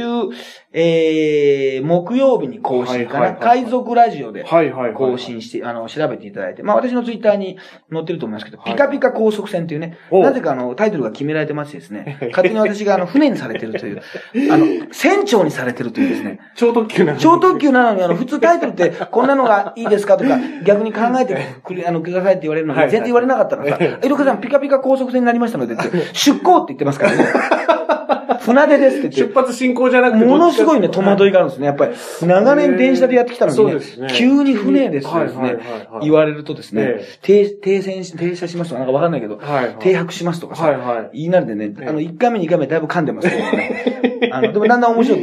Speaker 1: えー、木曜日に更新か
Speaker 2: はいはい
Speaker 1: な。
Speaker 2: はいはい
Speaker 1: 海賊ラジオで
Speaker 2: はいはいはい。
Speaker 1: 更。新して、あの、調べていただいて、まあ私のツイッターに載ってると思いますけど、
Speaker 2: はい
Speaker 1: ピカピカ高速船というね、
Speaker 2: おう
Speaker 1: なぜかあの、タイトルが決められてましてですね、 勝手に私があの、船にされてるという、あの、船長にされてるというですね、
Speaker 2: 超特急なの
Speaker 1: 超特急なのに、あの、普通タイトルって、こんなのがいいですかとか、逆に考えてくれ、あの、くださいって言われるのに、
Speaker 2: はい
Speaker 1: 全然言われなかったのさ、えろかさん、ピカピカ高速船になりましたので、って、出港って言ってますからね。 船出ですって言っ
Speaker 2: 出発進行じゃなく
Speaker 1: て。
Speaker 2: て。
Speaker 1: ものすごいね、戸惑
Speaker 2: い。
Speaker 1: いがあるんですね。やっぱり、長年電車でやってきたのに
Speaker 2: そう
Speaker 1: ね
Speaker 2: ですね、
Speaker 1: 急に船ですと
Speaker 2: はい
Speaker 1: です
Speaker 2: はい
Speaker 1: ね
Speaker 2: はいは、い
Speaker 1: 言われるとですね
Speaker 2: ええ、
Speaker 1: 停停船し、停車しますとか、なんかわかんないけど、
Speaker 2: はいはい。
Speaker 1: 停泊しますとか
Speaker 2: はい
Speaker 1: さ、
Speaker 2: はい。
Speaker 1: 言い慣れてね
Speaker 2: え、え
Speaker 1: あの、1回目、2回目だいぶ噛んでますけどね。 あの、でもだんだん面白く、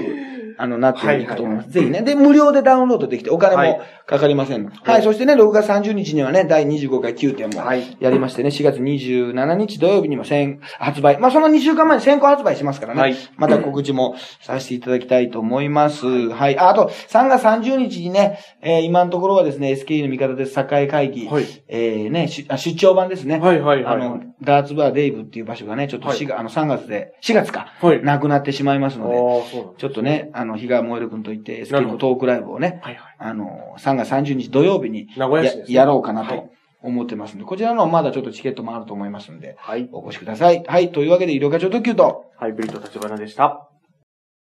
Speaker 1: あの、なっていくと思います。ぜひね。で、無料でダウンロードできて、お金
Speaker 2: はい
Speaker 1: もかかりません。はい。
Speaker 2: はい
Speaker 1: そしてね、6月30日にはね、第25回9点も
Speaker 2: はい
Speaker 1: やりましてね、4月27日土曜日にも先発売。まあ、その2週間前に先行発売しますからね。
Speaker 2: はい
Speaker 1: また告知もさせていただきたいと思います。はい。ああと、3月30日にね、えー今のところはですね、SKE の味方です、栄会議。
Speaker 2: はい
Speaker 1: えーね、出あ出張版ですね。
Speaker 2: はいはいはい。
Speaker 1: あの、、ダーツバーデイブっていう場所がね、ちょっと4月、あの3月で、4月か、
Speaker 2: はい
Speaker 1: なくなってしまいます
Speaker 2: ああ
Speaker 1: ので、
Speaker 2: そうなんだ
Speaker 1: ちょっとね、あの、日川萌える君といって、スピ
Speaker 2: なるほ
Speaker 1: コ
Speaker 2: ど
Speaker 1: トークライブをね、
Speaker 2: はいはい。
Speaker 1: あの、3月30日土曜日に
Speaker 2: 名古
Speaker 1: や
Speaker 2: 屋市です、ね。
Speaker 1: やろうかな
Speaker 2: はい
Speaker 1: と思ってますんで、こちらのまだちょっとチケットもあると思いますんで、
Speaker 2: はい。
Speaker 1: お越しください。はい、というわけで、医療課長特急と、
Speaker 2: ハイブリッド立花でした。